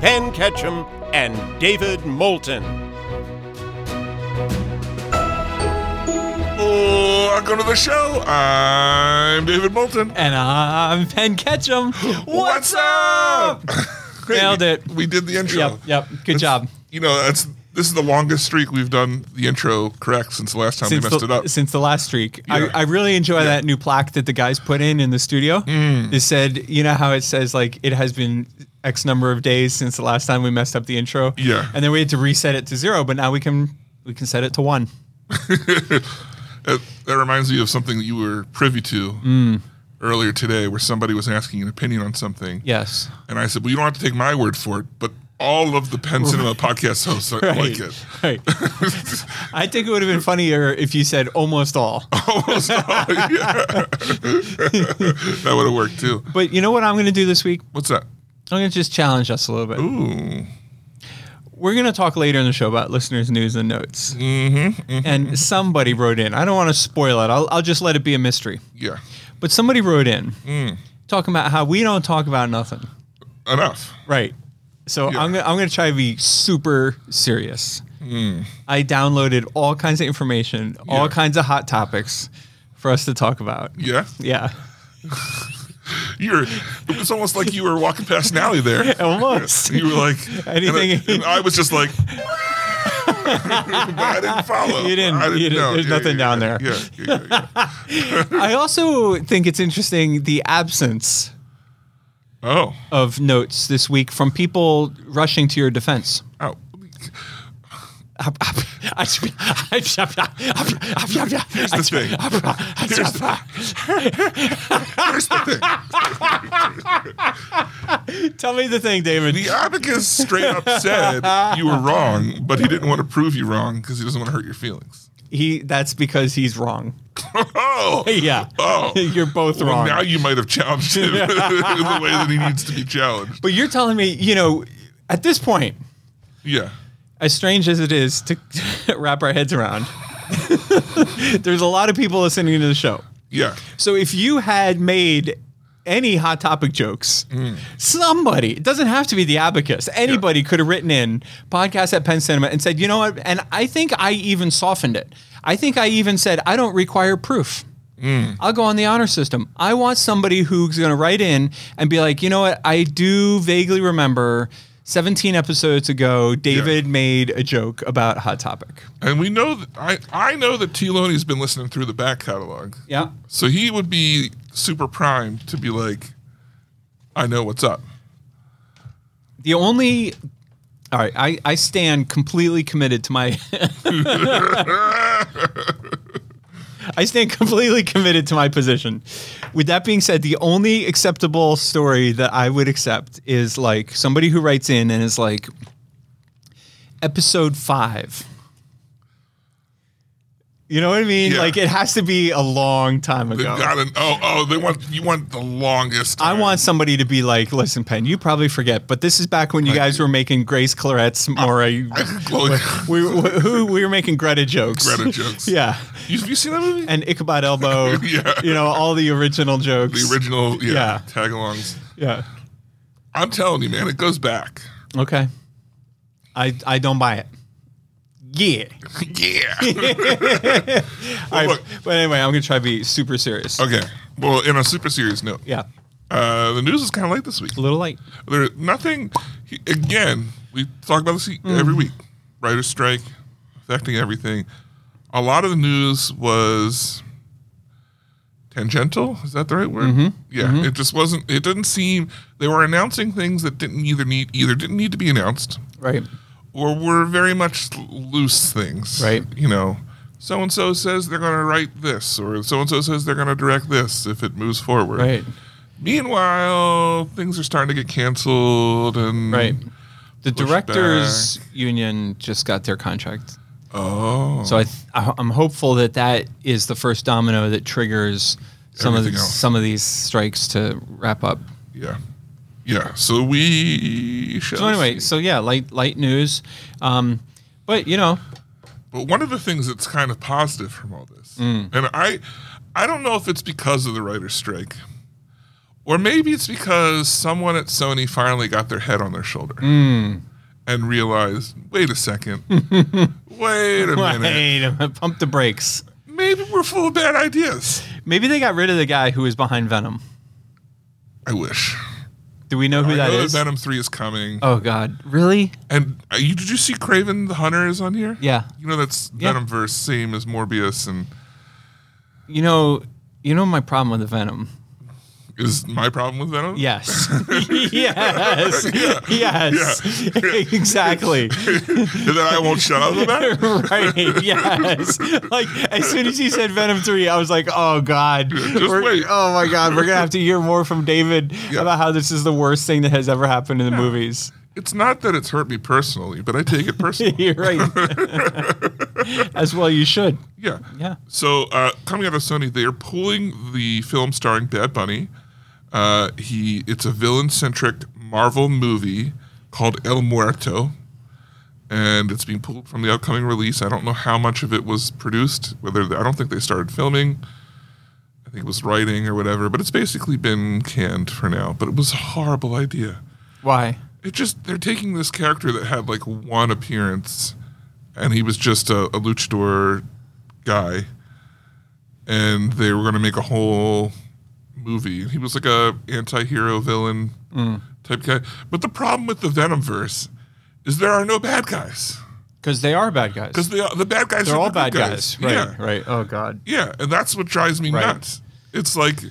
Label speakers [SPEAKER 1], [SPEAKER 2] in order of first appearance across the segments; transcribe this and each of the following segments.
[SPEAKER 1] Penn Ketchum and David Moulton.
[SPEAKER 2] Welcome to the show. I'm David Moulton.
[SPEAKER 3] And uh, I'm Penn Ketchum. What's up? Nailed it.
[SPEAKER 2] We did the intro.
[SPEAKER 3] Yep, yep. Good job.
[SPEAKER 2] You know, that's this is the longest streak we've done the intro correct since the last time we messed
[SPEAKER 3] the,
[SPEAKER 2] it up.
[SPEAKER 3] since the last streak,
[SPEAKER 2] Yeah. Mm.
[SPEAKER 3] I, I really enjoy that new plaque that the guys put in in the studio. It said, you know how it says like it has been X number of days since the last time we messed up the intro.
[SPEAKER 2] Yeah.
[SPEAKER 3] and then we had to reset it to zero, but now we can we can set it to one.
[SPEAKER 2] That, that reminds me of something that you were privy to
[SPEAKER 3] Mm.
[SPEAKER 2] earlier today, where somebody was asking an opinion on something.
[SPEAKER 3] Yes,
[SPEAKER 2] and I said, "Well, you don't have to take my word for it, but all of the Penn Cinema podcast hosts are like it."
[SPEAKER 3] right. I think it would have been funnier if you said almost all.
[SPEAKER 2] Almost all. Yeah. that would have worked too.
[SPEAKER 3] But you know what I'm going to do this week?
[SPEAKER 2] What's that?
[SPEAKER 3] I'm going to just challenge us a little bit.
[SPEAKER 2] Ooh.
[SPEAKER 3] we're going to talk later in the show about listeners' news and notes. Mm-hmm, And somebody wrote in. I don't want to spoil it. I'll, I'll just let it be a mystery.
[SPEAKER 2] Yeah.
[SPEAKER 3] But somebody wrote in
[SPEAKER 2] Mm.
[SPEAKER 3] talking about how we don't talk about nothing.
[SPEAKER 2] Enough.
[SPEAKER 3] Right. So I'm gonna, I'm going to try to be super serious. I downloaded all kinds of information, all
[SPEAKER 2] Mm. Yeah.
[SPEAKER 3] kinds of hot topics for us to talk about.
[SPEAKER 2] Yeah.
[SPEAKER 3] Yeah,
[SPEAKER 2] You're. It's almost like you were walking past an alley there.
[SPEAKER 3] almost.
[SPEAKER 2] You were like
[SPEAKER 3] Anything-
[SPEAKER 2] and I, and I was just like. But I didn't follow.
[SPEAKER 3] You didn't-
[SPEAKER 2] I
[SPEAKER 3] you didn't-
[SPEAKER 2] know.
[SPEAKER 3] there's nothing down there.
[SPEAKER 2] Yeah, yeah, yeah, yeah.
[SPEAKER 3] I also think it's interesting the absence
[SPEAKER 2] Oh,
[SPEAKER 3] of notes this week from people rushing to your defense.
[SPEAKER 2] oh,
[SPEAKER 3] Here's the
[SPEAKER 2] Here's the thing. Here's the, here's the thing.
[SPEAKER 3] Tell me the thing, David.
[SPEAKER 2] The abacus straight up said you were wrong, but he didn't want to prove you wrong because he doesn't want to hurt your feelings.
[SPEAKER 3] He that's because he's wrong.
[SPEAKER 2] Oh,
[SPEAKER 3] Yeah.
[SPEAKER 2] oh.
[SPEAKER 3] You're both
[SPEAKER 2] Well,
[SPEAKER 3] wrong.
[SPEAKER 2] now you might have challenged him in the way that he needs to be challenged.
[SPEAKER 3] but you're telling me, you know, at this point,
[SPEAKER 2] Yeah.
[SPEAKER 3] as strange as it is to wrap our heads around, there's a lot of people listening to the show.
[SPEAKER 2] Yeah.
[SPEAKER 3] So if you had made any hot topic jokes, somebody, it doesn't have to be the abacus, anybody could have written in podcast at Penn Cinema and said, you know what? And I think I even softened it. I think I even said, I don't require proof. I'll go on the honor system. I want somebody who's going to write in and be like, you know what? I do vaguely remember 17 episodes ago, David made a joke about Hot Topic.
[SPEAKER 2] And we know that I, I know that T Loney's been listening through the back catalog.
[SPEAKER 3] Yeah.
[SPEAKER 2] So he would be super primed to be like, I know what's up.
[SPEAKER 3] The only all right, I, I stand completely committed to my I stand completely committed to my position. With that being said, the only acceptable story that I would accept is like somebody who writes in and is like episode 5. You know what I mean?
[SPEAKER 2] Yeah.
[SPEAKER 3] Like it has to be a long time
[SPEAKER 2] They've
[SPEAKER 3] ago.
[SPEAKER 2] got an oh oh they want you want the longest.
[SPEAKER 3] I
[SPEAKER 2] time.
[SPEAKER 3] want somebody to be like, listen, Penn, you probably forget, but this is back when you guys were making Grace
[SPEAKER 2] Uh,
[SPEAKER 3] Clarette's Mora. We,
[SPEAKER 2] glowing
[SPEAKER 3] we- who we were making Greta jokes.
[SPEAKER 2] Greta jokes.
[SPEAKER 3] Yeah.
[SPEAKER 2] You, have you seen that movie?
[SPEAKER 3] And Ichabod Elbow.
[SPEAKER 2] Yeah.
[SPEAKER 3] You know, all the original jokes.
[SPEAKER 2] the original yeah,
[SPEAKER 3] Yeah.
[SPEAKER 2] tag-alongs.
[SPEAKER 3] Yeah.
[SPEAKER 2] I'm telling you, man, it goes back.
[SPEAKER 3] Okay. I I don't buy it. Yeah.
[SPEAKER 2] yeah.
[SPEAKER 3] All right.
[SPEAKER 2] look-
[SPEAKER 3] But anyway, I'm gonna try to be super serious.
[SPEAKER 2] okay. Well, in a super serious note,
[SPEAKER 3] Yeah.
[SPEAKER 2] uh, the news is kind of late this week.
[SPEAKER 3] A little light.
[SPEAKER 2] There, nothing. he- Again, we talk about this
[SPEAKER 3] Mm-hmm.
[SPEAKER 2] every week. Writers' strike affecting everything. A lot of the news was tangential. Is that the right word?
[SPEAKER 3] Mm-hmm.
[SPEAKER 2] Yeah. It just wasn't. It didn't seem they were announcing things that didn't either need either didn't need to be announced
[SPEAKER 3] Right.
[SPEAKER 2] or were very much loose things.
[SPEAKER 3] Right.
[SPEAKER 2] You know, so and so says they're going to write this, or so and so says they're going to direct this if it moves forward.
[SPEAKER 3] Right.
[SPEAKER 2] Meanwhile, things are starting to get canceled, and
[SPEAKER 3] Right. The
[SPEAKER 2] Mm-hmm. Push
[SPEAKER 3] directors union just got their contract,
[SPEAKER 2] Oh,
[SPEAKER 3] so I th- I- I'm hopeful that that is the first domino that triggers some of
[SPEAKER 2] Everything
[SPEAKER 3] these,
[SPEAKER 2] else.
[SPEAKER 3] some of these strikes to wrap up.
[SPEAKER 2] yeah, yeah. So we. Shall
[SPEAKER 3] So anyway,
[SPEAKER 2] see.
[SPEAKER 3] so yeah, light light news, um, but you know,
[SPEAKER 2] But one of the things that's kind of positive from all this,
[SPEAKER 3] Mm.
[SPEAKER 2] and I, I don't know if it's because of the writer's strike, or maybe it's because someone at Sony finally got their head on their shoulder
[SPEAKER 3] Mm.
[SPEAKER 2] and realized, wait a second, wait a minute,
[SPEAKER 3] wait, pump the brakes.
[SPEAKER 2] maybe we're full of bad ideas.
[SPEAKER 3] Maybe they got rid of the guy who was behind Venom.
[SPEAKER 2] I wish.
[SPEAKER 3] Do we know who
[SPEAKER 2] I
[SPEAKER 3] that
[SPEAKER 2] know
[SPEAKER 3] is?
[SPEAKER 2] that Venom Three is coming,
[SPEAKER 3] Oh God, really?
[SPEAKER 2] and uh, you, did you see Craven the Hunter is on here?
[SPEAKER 3] Yeah.
[SPEAKER 2] you know that's
[SPEAKER 3] Yeah.
[SPEAKER 2] Venomverse, same as Morbius, and
[SPEAKER 3] You know, you know my problem with the Venom.
[SPEAKER 2] is my problem with Venom.
[SPEAKER 3] Yes, yes, yes, exactly.
[SPEAKER 2] that I won't shut up about.
[SPEAKER 3] right. Yes. Like as soon as he said Venom three, I was like, oh god, We're-
[SPEAKER 2] wait.
[SPEAKER 3] oh my god, we're gonna have to hear more from David
[SPEAKER 2] Yeah.
[SPEAKER 3] about how this is the worst thing that has ever happened in the movies.
[SPEAKER 2] It's not that it's hurt me personally, but I take it personally.
[SPEAKER 3] You're right. as well, you should.
[SPEAKER 2] yeah.
[SPEAKER 3] Yeah.
[SPEAKER 2] So uh, coming out of Sony, they are pulling the film starring Bad Bunny. Uh, he it's a villain-centric Marvel movie called El Muerto, and it's being pulled from the upcoming release. I don't know how much of it was produced. Whether I don't think they started filming. I think it was writing or whatever, but it's basically been canned for now. But it was a horrible idea.
[SPEAKER 3] Why?
[SPEAKER 2] It just they're taking this character that had like one appearance, and he was just a, a luchador guy, and they were going to make a whole movie. He was like a anti-hero villain
[SPEAKER 3] Mm.
[SPEAKER 2] type guy. But the problem with the Venomverse is there are no bad guys
[SPEAKER 3] Because they are bad guys.
[SPEAKER 2] because the the bad guys
[SPEAKER 3] They're
[SPEAKER 2] are
[SPEAKER 3] all
[SPEAKER 2] the
[SPEAKER 3] bad
[SPEAKER 2] good
[SPEAKER 3] guys. Right.
[SPEAKER 2] Yeah,
[SPEAKER 3] Right. Oh god.
[SPEAKER 2] yeah, and that's what drives me
[SPEAKER 3] Right.
[SPEAKER 2] nuts. It's like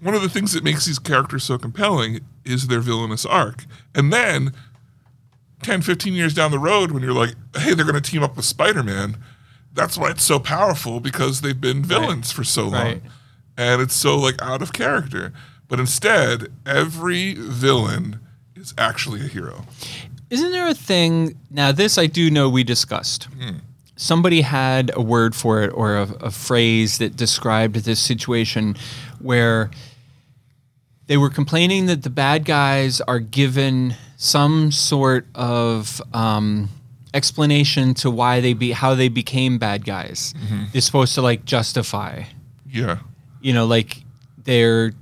[SPEAKER 2] one of the things that makes these characters so compelling is their villainous arc. And then 10, 15 years down the road, when you're like, hey, they're going to team up with Spider Man, that's why it's so powerful because they've been villains for so long.
[SPEAKER 3] Right.
[SPEAKER 2] And it's so like out of character. But instead, every villain is actually a hero.
[SPEAKER 3] Isn't there a thing now? This I do know we discussed. Somebody had a word for it or a, a phrase that described this situation where they were complaining that the bad guys are given some sort of um, explanation to why they be how they became bad guys. They're supposed to like justify
[SPEAKER 2] Yeah.
[SPEAKER 3] you know, like they're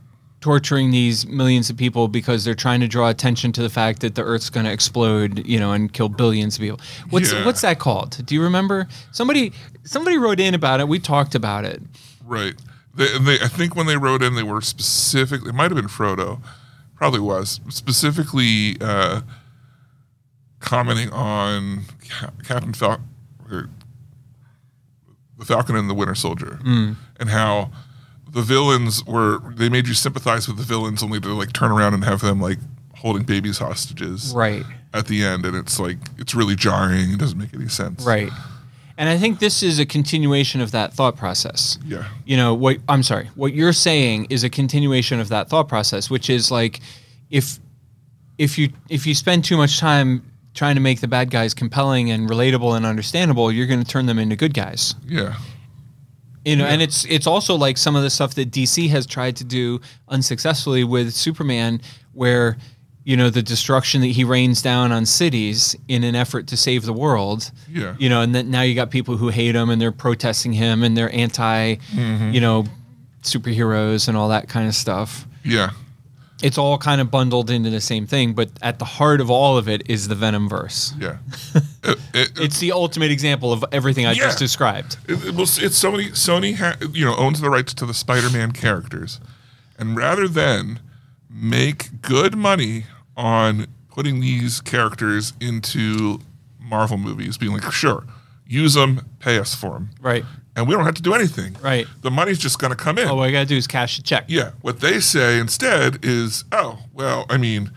[SPEAKER 3] torturing these millions of people because they're trying to draw attention to the fact that the Earth's going to explode, you know, and kill billions of people. What's
[SPEAKER 2] Yeah.
[SPEAKER 3] what's that called? Do you remember? Somebody somebody wrote in about it. We talked about it.
[SPEAKER 2] Right. They, and they, I think when they wrote in, they were specific. It might have been Frodo, probably was specifically uh, commenting on Ca- Captain Falcon, the Falcon and the Winter Soldier,
[SPEAKER 3] Mm.
[SPEAKER 2] and how the villains were. They made you sympathize with the villains, only to like turn around and have them like holding babies hostages
[SPEAKER 3] Right.
[SPEAKER 2] at the end, and it's like it's really jarring. It doesn't make any sense.
[SPEAKER 3] Right. And I think this is a continuation of that thought process.
[SPEAKER 2] Yeah.
[SPEAKER 3] you know what i'm sorry what you're saying is a continuation of that thought process which is like if if you if you spend too much time trying to make the bad guys compelling and relatable and understandable you're going to turn them into good guys
[SPEAKER 2] Yeah.
[SPEAKER 3] you know and it's it's also like some of the stuff that dc has tried to do unsuccessfully with superman where you know the destruction that he rains down on cities in an effort to save the world
[SPEAKER 2] Yeah.
[SPEAKER 3] you know and then now you got people who hate him and they're protesting him and they're anti
[SPEAKER 2] Mm-hmm.
[SPEAKER 3] you know superheroes and all that kind of stuff
[SPEAKER 2] Yeah.
[SPEAKER 3] it's all kind of bundled into the same thing but at the heart of all of it is the venom verse
[SPEAKER 2] Yeah. It- it-
[SPEAKER 3] it's the ultimate example of everything i just
[SPEAKER 2] Yeah.
[SPEAKER 3] described
[SPEAKER 2] It, it- well, it's Sony. Sony, ha, you know, owns the rights to the Spider-Man characters, and rather than make good money on putting these characters into Marvel movies, being like, sure, use them, pay us for them,
[SPEAKER 3] right
[SPEAKER 2] and we don't have to do anything.
[SPEAKER 3] Right. Oh,
[SPEAKER 2] The money's just going to come in.
[SPEAKER 3] all i gotta do is cash a check
[SPEAKER 2] Yeah. What they say instead is, oh, well, I mean,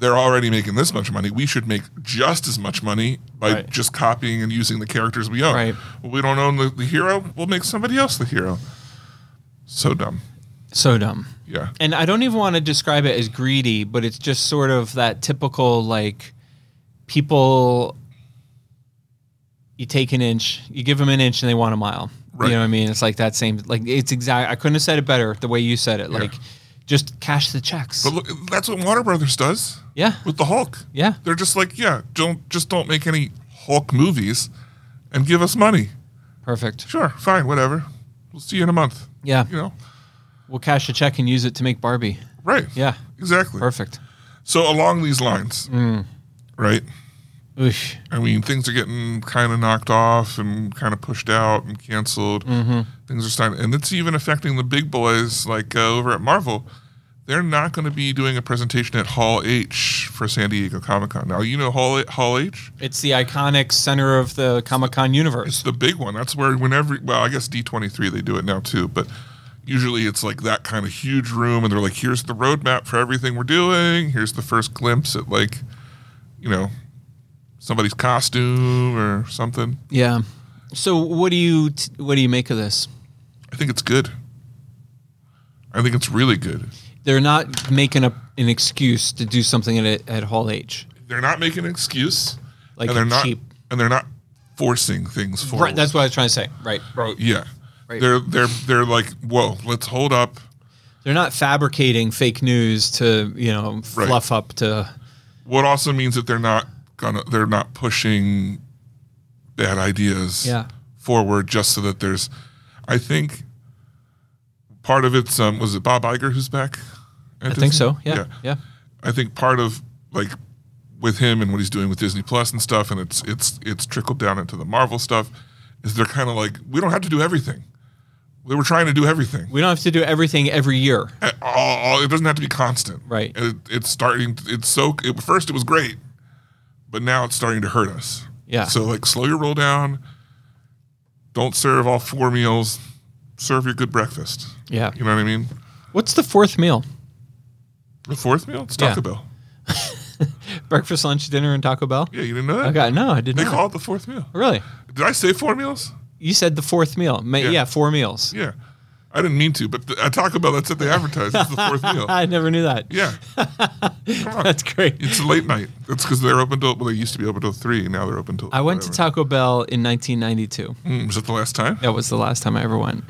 [SPEAKER 2] they're already making this much money. We should make just as much money by
[SPEAKER 3] Right.
[SPEAKER 2] just copying and using the characters we own.
[SPEAKER 3] Right.
[SPEAKER 2] Well, we don't own the, the hero. We'll make somebody else the hero. So dumb.
[SPEAKER 3] so dumb
[SPEAKER 2] Yeah.
[SPEAKER 3] and I don't even want to describe it as greedy, but it's just sort of that typical like people you take an inch, you give them an inch and they want a mile.
[SPEAKER 2] Right.
[SPEAKER 3] You know what I mean? It's like that same like it's exact I couldn't have said it better the way you said it. Like just cash the checks.
[SPEAKER 2] But look, that's what Warner Brothers does
[SPEAKER 3] yeah.
[SPEAKER 2] with the Hulk.
[SPEAKER 3] Yeah.
[SPEAKER 2] They're just like, yeah, don't just don't make any Hulk movies and give us money.
[SPEAKER 3] Perfect.
[SPEAKER 2] Sure, fine, whatever. We'll see you in a month.
[SPEAKER 3] Yeah.
[SPEAKER 2] You know?
[SPEAKER 3] We'll cash a check and use it to make Barbie.
[SPEAKER 2] Right.
[SPEAKER 3] Yeah.
[SPEAKER 2] Exactly.
[SPEAKER 3] Perfect. Mm.
[SPEAKER 2] So along these lines, right?
[SPEAKER 3] Oof.
[SPEAKER 2] I mean, things are getting kind of knocked off and kind of pushed out and canceled. Things are starting, and it's even affecting the big boys like uh, over at Marvel. They're not going to be doing a presentation at Hall H for San Diego Comic Con. Now, you know Hall, Hall H?
[SPEAKER 3] It's the iconic center of the Comic Con universe.
[SPEAKER 2] It's the big one. That's where whenever well, I guess D twenty three they do it now too, but usually it's like that kind of huge room and they're like, here's the roadmap for everything we're doing, here's the first glimpse at like, you know, somebody's costume or something.
[SPEAKER 3] Yeah. So what do you t- what do you make of this?
[SPEAKER 2] I think it's good. I think it's really good.
[SPEAKER 3] They're not making a, an excuse to do something at at Hall H.
[SPEAKER 2] They're not making an excuse.
[SPEAKER 3] Like
[SPEAKER 2] and they're
[SPEAKER 3] it's
[SPEAKER 2] not
[SPEAKER 3] cheap.
[SPEAKER 2] and they're not forcing things forward.
[SPEAKER 3] Right. That's what I was trying to say. Right. Right.
[SPEAKER 2] yeah.
[SPEAKER 3] Right.
[SPEAKER 2] They're they're they're like, whoa, let's hold up.
[SPEAKER 3] They're not fabricating fake news to you know fluff up to.
[SPEAKER 2] what also means that they're not gonna they're not pushing bad ideas
[SPEAKER 3] Yeah.
[SPEAKER 2] forward just so that there's i think part of it's um was it bob Iger who's back
[SPEAKER 3] I think so. Yeah. Yeah.
[SPEAKER 2] i think part of like with him and what he's doing with disney plus and stuff and it's it's it's trickled down into the marvel stuff is they're kind of like we don't have to do everything we were trying to do everything
[SPEAKER 3] We don't have to do everything every year.
[SPEAKER 2] at all, all- it doesn't have to be constant
[SPEAKER 3] Right.
[SPEAKER 2] it, it's starting it's so it, first it was great but now it's starting to hurt us
[SPEAKER 3] Yeah.
[SPEAKER 2] so like slow your roll down don't serve all four meals serve your good breakfast
[SPEAKER 3] Yeah.
[SPEAKER 2] you know what i mean
[SPEAKER 3] What's the fourth meal?
[SPEAKER 2] the fourth meal it's taco
[SPEAKER 3] Yeah.
[SPEAKER 2] bell
[SPEAKER 3] Breakfast, lunch, dinner, and Taco Bell.
[SPEAKER 2] yeah you didn't know that
[SPEAKER 3] Okay. No, I did
[SPEAKER 2] they
[SPEAKER 3] not. Oh,
[SPEAKER 2] call it the fourth meal
[SPEAKER 3] really?
[SPEAKER 2] did i say four meals
[SPEAKER 3] You said the fourth meal. Ma-
[SPEAKER 2] Yeah.
[SPEAKER 3] yeah. Four meals.
[SPEAKER 2] yeah i didn't mean to but the, at taco bell that's what they advertise it's the fourth meal
[SPEAKER 3] I never knew that.
[SPEAKER 2] yeah Come on.
[SPEAKER 3] That's great.
[SPEAKER 2] it's late night that's because they're open till well they used to be open till three now they're open till
[SPEAKER 3] I went to
[SPEAKER 2] whatever.
[SPEAKER 3] Taco Bell in 1992.
[SPEAKER 2] Mm, was that the last time?
[SPEAKER 3] That was the last time I ever went.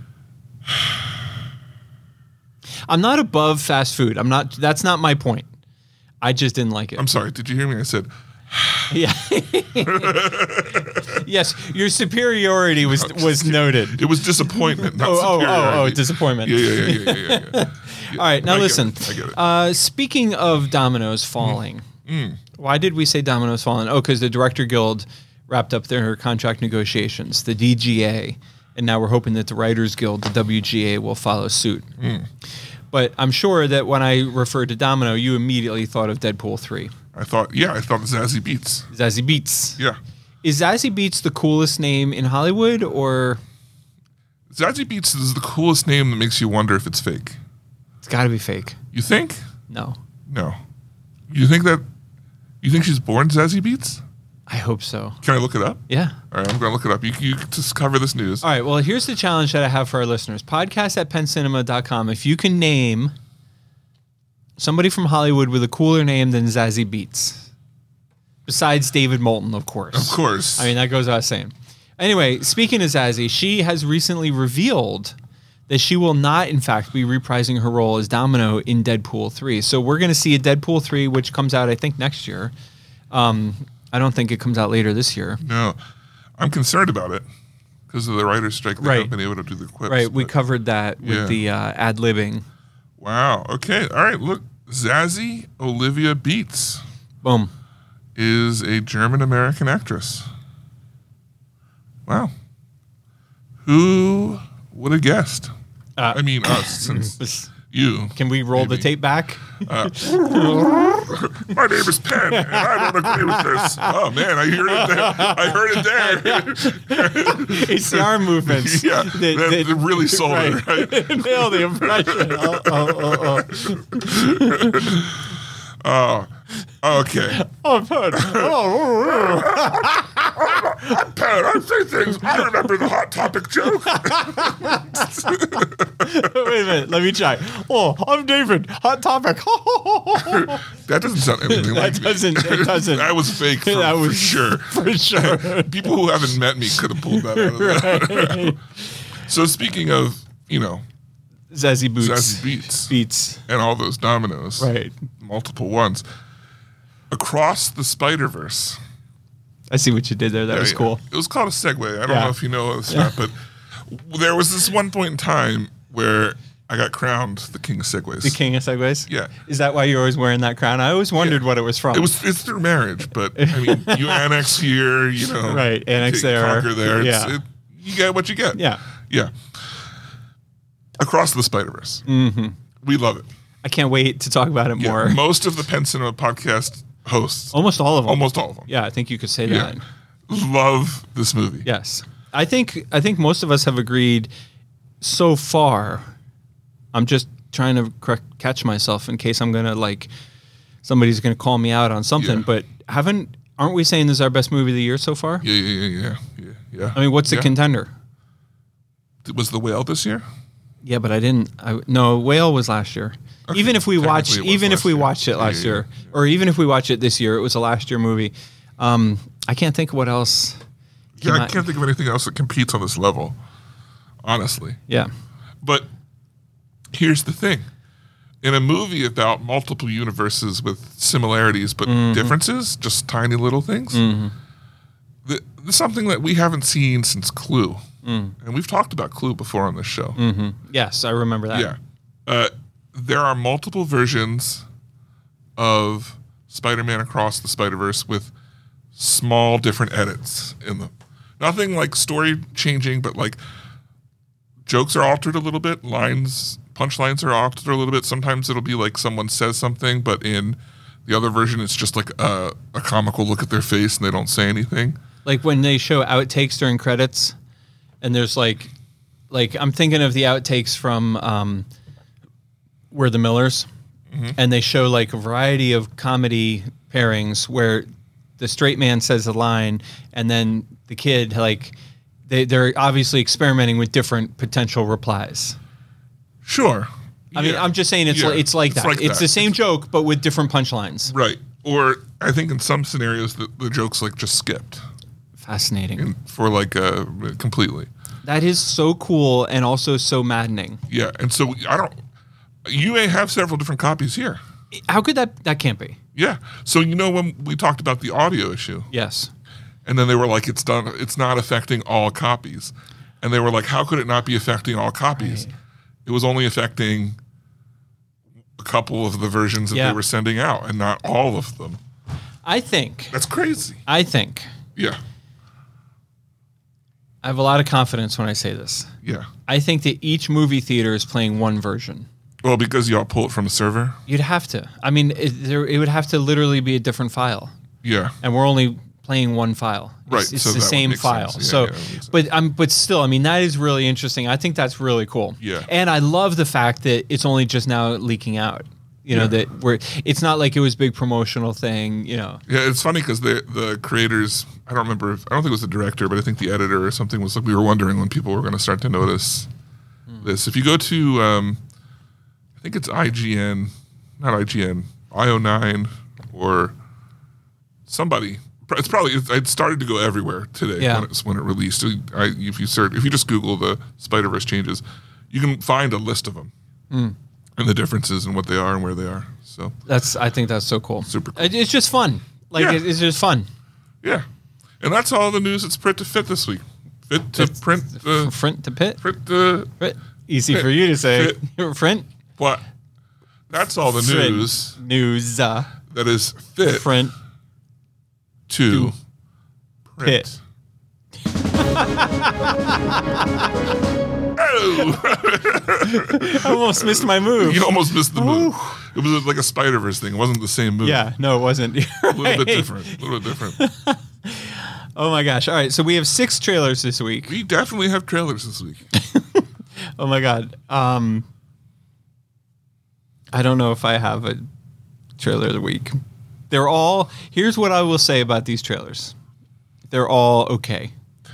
[SPEAKER 3] I'm not above fast food. I'm not. That's not my point. I just didn't like it.
[SPEAKER 2] I'm sorry. Did you hear me? I said
[SPEAKER 3] yeah. yes, your superiority was was noted.
[SPEAKER 2] it was disappointment. Not
[SPEAKER 3] Oh, oh,
[SPEAKER 2] superiority.
[SPEAKER 3] oh, oh, disappointment.
[SPEAKER 2] Yeah, yeah, yeah, yeah, yeah. yeah, yeah.
[SPEAKER 3] All right, now
[SPEAKER 2] I get
[SPEAKER 3] listen.
[SPEAKER 2] it, I get it. Mm.
[SPEAKER 3] Uh, speaking of dominoes falling, why did we say dominoes falling? Oh, because the Director Guild wrapped up their contract negotiations, the DGA, and now we're hoping that the Writers Guild, the WGA, will follow suit.
[SPEAKER 2] Mm.
[SPEAKER 3] But I'm sure that when I referred to Domino, you immediately thought of Deadpool 3.
[SPEAKER 2] I thought, yeah, I thought Zazie Beats.
[SPEAKER 3] Zazie Beats.
[SPEAKER 2] Yeah,
[SPEAKER 3] Is Zazie Beats the coolest name in Hollywood or
[SPEAKER 2] Zazie Beats is the coolest name that makes you wonder if it's fake.
[SPEAKER 3] it's got to be fake?
[SPEAKER 2] You think?
[SPEAKER 3] No.
[SPEAKER 2] No. You think that? You think she's born Zazie Beats?
[SPEAKER 3] I hope so.
[SPEAKER 2] Can I look it up?
[SPEAKER 3] Yeah.
[SPEAKER 2] All right, I'm going to look it up. You you just cover this news.
[SPEAKER 3] All right. Well, here's the challenge that I have for our listeners podcast at pencinema.com. If you can name somebody from Hollywood with a cooler name than Zazie Beats, besides David Moulton, of course.
[SPEAKER 2] Of course.
[SPEAKER 3] I mean, that goes without saying. Anyway, speaking of Zazie, she has recently revealed that she will not, in fact, be reprising her role as Domino in Deadpool 3. So we're going to see a Deadpool 3, which comes out, I think, next year. Um, I don't think it comes out later this year.
[SPEAKER 2] no, I'm concerned about it because of the writer's strike. They
[SPEAKER 3] Right.
[SPEAKER 2] haven't been able to do the quips.
[SPEAKER 3] Right. We
[SPEAKER 2] but-
[SPEAKER 3] covered that with
[SPEAKER 2] Yeah.
[SPEAKER 3] the uh, ad libbing.
[SPEAKER 2] Wow. Okay. All right. Look, Zazie Olivia Beats
[SPEAKER 3] Boom.
[SPEAKER 2] is a German American actress. Wow. Who would have guessed?
[SPEAKER 3] Uh,
[SPEAKER 2] I mean, us, since you.
[SPEAKER 3] Can we roll
[SPEAKER 2] Maybe.
[SPEAKER 3] the tape back?
[SPEAKER 2] My name is Penn, and I don't agree with this. Oh, man. I heard it there. I heard it there.
[SPEAKER 3] ACR movements.
[SPEAKER 2] yeah.
[SPEAKER 3] That-
[SPEAKER 2] that,
[SPEAKER 3] that-
[SPEAKER 2] that really sold it, right?
[SPEAKER 3] Nail the impression. Oh, oh, oh, oh.
[SPEAKER 2] Okay.
[SPEAKER 3] Oh, pardon. Oh, oh, oh.
[SPEAKER 2] I'm Pat. I say things. I remember the hot topic joke.
[SPEAKER 3] Wait a minute, let me try. Oh, I'm David. Hot topic.
[SPEAKER 2] that doesn't sound anything like
[SPEAKER 3] that
[SPEAKER 2] me.
[SPEAKER 3] doesn't. It doesn't.
[SPEAKER 2] That was fake for,
[SPEAKER 3] That was-
[SPEAKER 2] for sure.
[SPEAKER 3] for sure.
[SPEAKER 2] People who haven't met me could have pulled that out of there.
[SPEAKER 3] right.
[SPEAKER 2] So speaking of, you know,
[SPEAKER 3] Zazzy boots.
[SPEAKER 2] Zazzy Beats
[SPEAKER 3] Beats.
[SPEAKER 2] and all those dominoes,
[SPEAKER 3] Right.
[SPEAKER 2] multiple ones, across the Spider-Verse.
[SPEAKER 3] I see what you did there. That was
[SPEAKER 2] Yeah,
[SPEAKER 3] cool.
[SPEAKER 2] It was called a segue. I don't
[SPEAKER 3] Yeah.
[SPEAKER 2] know if you know this or not, but there was this one point in time where I got crowned the king of segways.
[SPEAKER 3] The king of segways.
[SPEAKER 2] Yeah.
[SPEAKER 3] Is that why you're always wearing that crown? I always wondered what it was from.
[SPEAKER 2] It was it's through marriage, but I mean, you annex here, you know,
[SPEAKER 3] Right, annex
[SPEAKER 2] you
[SPEAKER 3] there.
[SPEAKER 2] conquer there. It's-
[SPEAKER 3] Yeah.
[SPEAKER 2] it- you get what you get.
[SPEAKER 3] Yeah.
[SPEAKER 2] yeah. Across the Spider Verse,
[SPEAKER 3] Mm-hmm.
[SPEAKER 2] we love it.
[SPEAKER 3] I can't wait to talk about it
[SPEAKER 2] Yeah,
[SPEAKER 3] more.
[SPEAKER 2] most of the Penn Cinema podcast hosts,
[SPEAKER 3] almost all of them.
[SPEAKER 2] almost all of them,
[SPEAKER 3] Yeah, I think you could say
[SPEAKER 2] Yeah.
[SPEAKER 3] that.
[SPEAKER 2] love this movie.
[SPEAKER 3] Yes. I think I think most of us have agreed so far. I'm just trying to cor- catch myself in case I'm going to like somebody's going to call me out on something,
[SPEAKER 2] Yeah.
[SPEAKER 3] but haven't aren't we saying this is our best movie of the year so far?
[SPEAKER 2] yeah, yeah, yeah, yeah. yeah, yeah.
[SPEAKER 3] I mean, what's the
[SPEAKER 2] Yeah.
[SPEAKER 3] contender?
[SPEAKER 2] was the whale this year?
[SPEAKER 3] Yeah, but I didn't I no, Whale was last year. even if we
[SPEAKER 2] technically
[SPEAKER 3] watch
[SPEAKER 2] it was
[SPEAKER 3] even
[SPEAKER 2] last
[SPEAKER 3] if we
[SPEAKER 2] year.
[SPEAKER 3] watched it
[SPEAKER 2] Yeah,
[SPEAKER 3] last
[SPEAKER 2] yeah,
[SPEAKER 3] year or even if we watch it this year, it was a last year movie. Um, I can't think of what else.
[SPEAKER 2] Yeah, I
[SPEAKER 3] Not-
[SPEAKER 2] can't think of anything else that competes on this level, honestly.
[SPEAKER 3] Yeah.
[SPEAKER 2] But here's the thing in a movie about multiple universes with similarities but differences, just tiny little things, th- this is something that we haven't seen since Clue. And we've talked about Clue before on this show.
[SPEAKER 3] Yes, I remember that.
[SPEAKER 2] Yeah. Uh, there are multiple versions of Spider Man Across the Spider Verse with small different edits in them. Nothing like story changing, but like jokes are altered a little bit, lines, punchlines are altered a little bit. Sometimes it'll be like someone says something, but in the other version, it's just like a, a comical look at their face and they don't say anything.
[SPEAKER 3] like when they show outtakes during credits and there's like like i'm thinking of the outtakes from um we're the millers and they show like a variety of comedy pairings where the straight man says a line and then the kid like they, they're obviously experimenting with different potential replies
[SPEAKER 2] Sure.
[SPEAKER 3] i mean
[SPEAKER 2] Yeah.
[SPEAKER 3] i'm just saying it's
[SPEAKER 2] Yeah.
[SPEAKER 3] like, it's like that it's the
[SPEAKER 2] that.
[SPEAKER 3] same joke but with different punchlines
[SPEAKER 2] Right. Or I think in some scenarios, the, the joke's like just skipped.
[SPEAKER 3] fascinating
[SPEAKER 2] for like uh completely
[SPEAKER 3] that is so cool and also so maddening
[SPEAKER 2] yeah and so i don't you may have several different copies here
[SPEAKER 3] how could that that can't be
[SPEAKER 2] yeah so you know when we talked about the audio issue
[SPEAKER 3] Yes.
[SPEAKER 2] and then they were like it's done it's not affecting all copies and they were like how could it not be affecting all copies it was only affecting a couple of the versions that
[SPEAKER 3] Yeah.
[SPEAKER 2] they were sending out and not all of them
[SPEAKER 3] I think,
[SPEAKER 2] that's crazy
[SPEAKER 3] I think,
[SPEAKER 2] yeah
[SPEAKER 3] I have a lot of confidence when I say this.
[SPEAKER 2] yeah
[SPEAKER 3] I think that each movie theater is playing one version.
[SPEAKER 2] well because y'all pull it from a server
[SPEAKER 3] You'd have to. I mean, it, there, it would have to literally be a different file,
[SPEAKER 2] yeah
[SPEAKER 3] and we're only playing one file. It's-
[SPEAKER 2] Right,
[SPEAKER 3] It's,
[SPEAKER 2] so
[SPEAKER 3] the
[SPEAKER 2] that would
[SPEAKER 3] same
[SPEAKER 2] make sense.
[SPEAKER 3] file.
[SPEAKER 2] Yeah,
[SPEAKER 3] so,
[SPEAKER 2] yeah, that makes
[SPEAKER 3] but I'm, but still, I mean, that is really interesting. I think that's really cool.
[SPEAKER 2] Yeah.
[SPEAKER 3] And I love the fact that it's only just now leaking out. You know that we're. It's not like it was a big promotional thing. You know.
[SPEAKER 2] Yeah, it's funny because the the creators, I don't remember, if, I don't think it was the director, but I think the editor or something was like, we were wondering when people were going to start to notice this. If you go to, um, I think it's IGN, not IGN, IO9 or somebody. Pr- It's probably it, it started to go everywhere today
[SPEAKER 3] Yeah.
[SPEAKER 2] when, it's, when it released. I, if you search, if you just Google the Spider Verse changes, you can find a list of them and the differences and what they are and where they are. So
[SPEAKER 3] That's. I think that's so cool.
[SPEAKER 2] Super cool.
[SPEAKER 3] It- It's just fun. Like
[SPEAKER 2] Yeah.
[SPEAKER 3] it, it's just fun.
[SPEAKER 2] Yeah. And that's all the news that's print to fit this week. Fit to
[SPEAKER 3] Fit-
[SPEAKER 2] print
[SPEAKER 3] From
[SPEAKER 2] the
[SPEAKER 3] Front to pit.
[SPEAKER 2] print the
[SPEAKER 3] Print. Easy for you to say. Front
[SPEAKER 2] what? That's all the
[SPEAKER 3] Fit.
[SPEAKER 2] news
[SPEAKER 3] news. Uh,
[SPEAKER 2] that is fit
[SPEAKER 3] front.
[SPEAKER 2] to print.
[SPEAKER 3] pit.
[SPEAKER 2] Oh,
[SPEAKER 3] I almost missed my move.
[SPEAKER 2] you almost missed the move. It was like a Spider Verse thing. It wasn't the same move.
[SPEAKER 3] yeah, no, it wasn't.
[SPEAKER 2] A little bit different. A little bit different.
[SPEAKER 3] Oh my gosh! All right, so we have six trailers this week.
[SPEAKER 2] We definitely have trailers this week.
[SPEAKER 3] Oh my god. Um, I don't know if I have a trailer of the week. They're all. Here's what I will say about these trailers. they're all okay.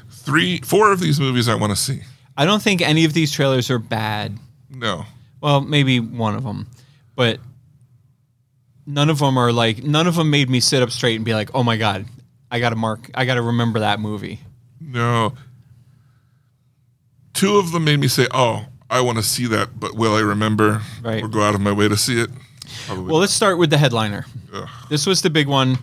[SPEAKER 2] Three, four of these movies I want to see.
[SPEAKER 3] I don't think any of these trailers are bad.
[SPEAKER 2] No.
[SPEAKER 3] Well, maybe one of them, but none of them are like none of them made me sit up straight and be like, "Oh my god, I got to mark. I got to remember that movie."
[SPEAKER 2] No. Two of them made me say, "Oh, I want to see that, but will I remember
[SPEAKER 3] Right.
[SPEAKER 2] or go out of my way to see it?" Probably.
[SPEAKER 3] Well, let's start with the headliner. This was the big one.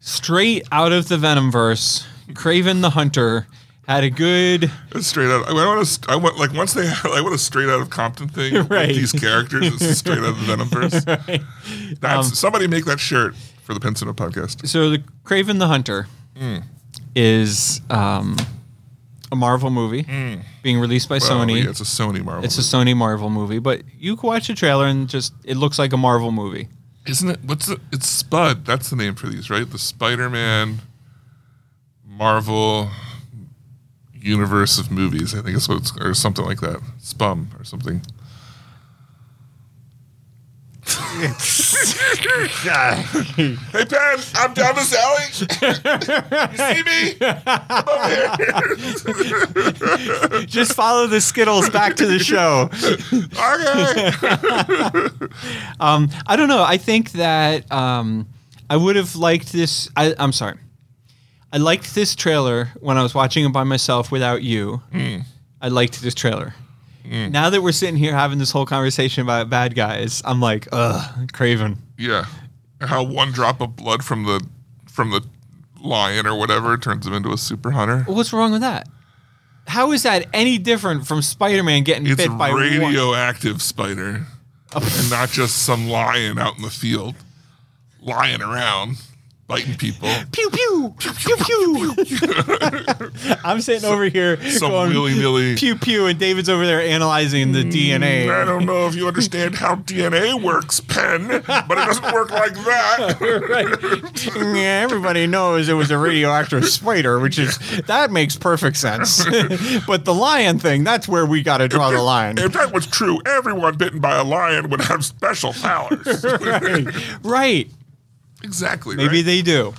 [SPEAKER 3] Straight out of the Venom verse, Craven the Hunter had a good
[SPEAKER 2] It's straight out. I want to. I want like once they. I want a straight out of Compton thing. with
[SPEAKER 3] Right.
[SPEAKER 2] these characters It's straight out of the Venomverse. That's
[SPEAKER 3] Um,
[SPEAKER 2] somebody make that shirt for the Pensino podcast.
[SPEAKER 3] so the Craven the Hunter
[SPEAKER 2] Mm.
[SPEAKER 3] is um, a Marvel movie being released by
[SPEAKER 2] Mm. Well,
[SPEAKER 3] Sony.
[SPEAKER 2] Uh, yeah, it's a Sony Marvel.
[SPEAKER 3] it's a Sony Marvel movie, but you can watch the trailer and just it looks like a Marvel movie.
[SPEAKER 2] Isn't it? What's the, it's Spud? That's the name for these, right? The Spider-Man Marvel universe of movies. I think it's what it's or something like that. Spum or something. hey Pen, I'm down this alley. you see me?
[SPEAKER 3] Just follow the Skittles back to the show.
[SPEAKER 2] Okay.
[SPEAKER 3] Um, I don't know. I think that um, I would have liked this. I, I'm sorry. I liked this trailer when I was watching it by myself without you. I liked this trailer. Now that we're sitting here having this whole conversation about bad guys, I'm like, ugh, Craven.
[SPEAKER 2] Yeah. How one drop of blood from the from the lion or whatever turns him into a super hunter.
[SPEAKER 3] What's wrong with that? How is that any different from Spider-Man getting
[SPEAKER 2] It's
[SPEAKER 3] bit by one?
[SPEAKER 2] radioactive spider, and not just some lion out in the field, lying around, biting people.
[SPEAKER 3] Pew pew pew pew. I'm sitting over here
[SPEAKER 2] Some
[SPEAKER 3] going
[SPEAKER 2] willy nilly.
[SPEAKER 3] pew pew, and David's over there analyzing the DNA.
[SPEAKER 2] I don't know if you understand how DNA works, Pen, but it doesn't work like that.
[SPEAKER 3] right. Yeah, everybody knows it was a radioactive spider, which is that makes perfect sense. but the lion thing, that's where we got to draw the line.
[SPEAKER 2] If that was true, everyone bitten by a lion would have special powers.
[SPEAKER 3] Right.
[SPEAKER 2] exactly.
[SPEAKER 3] Maybe
[SPEAKER 2] right?
[SPEAKER 3] they do.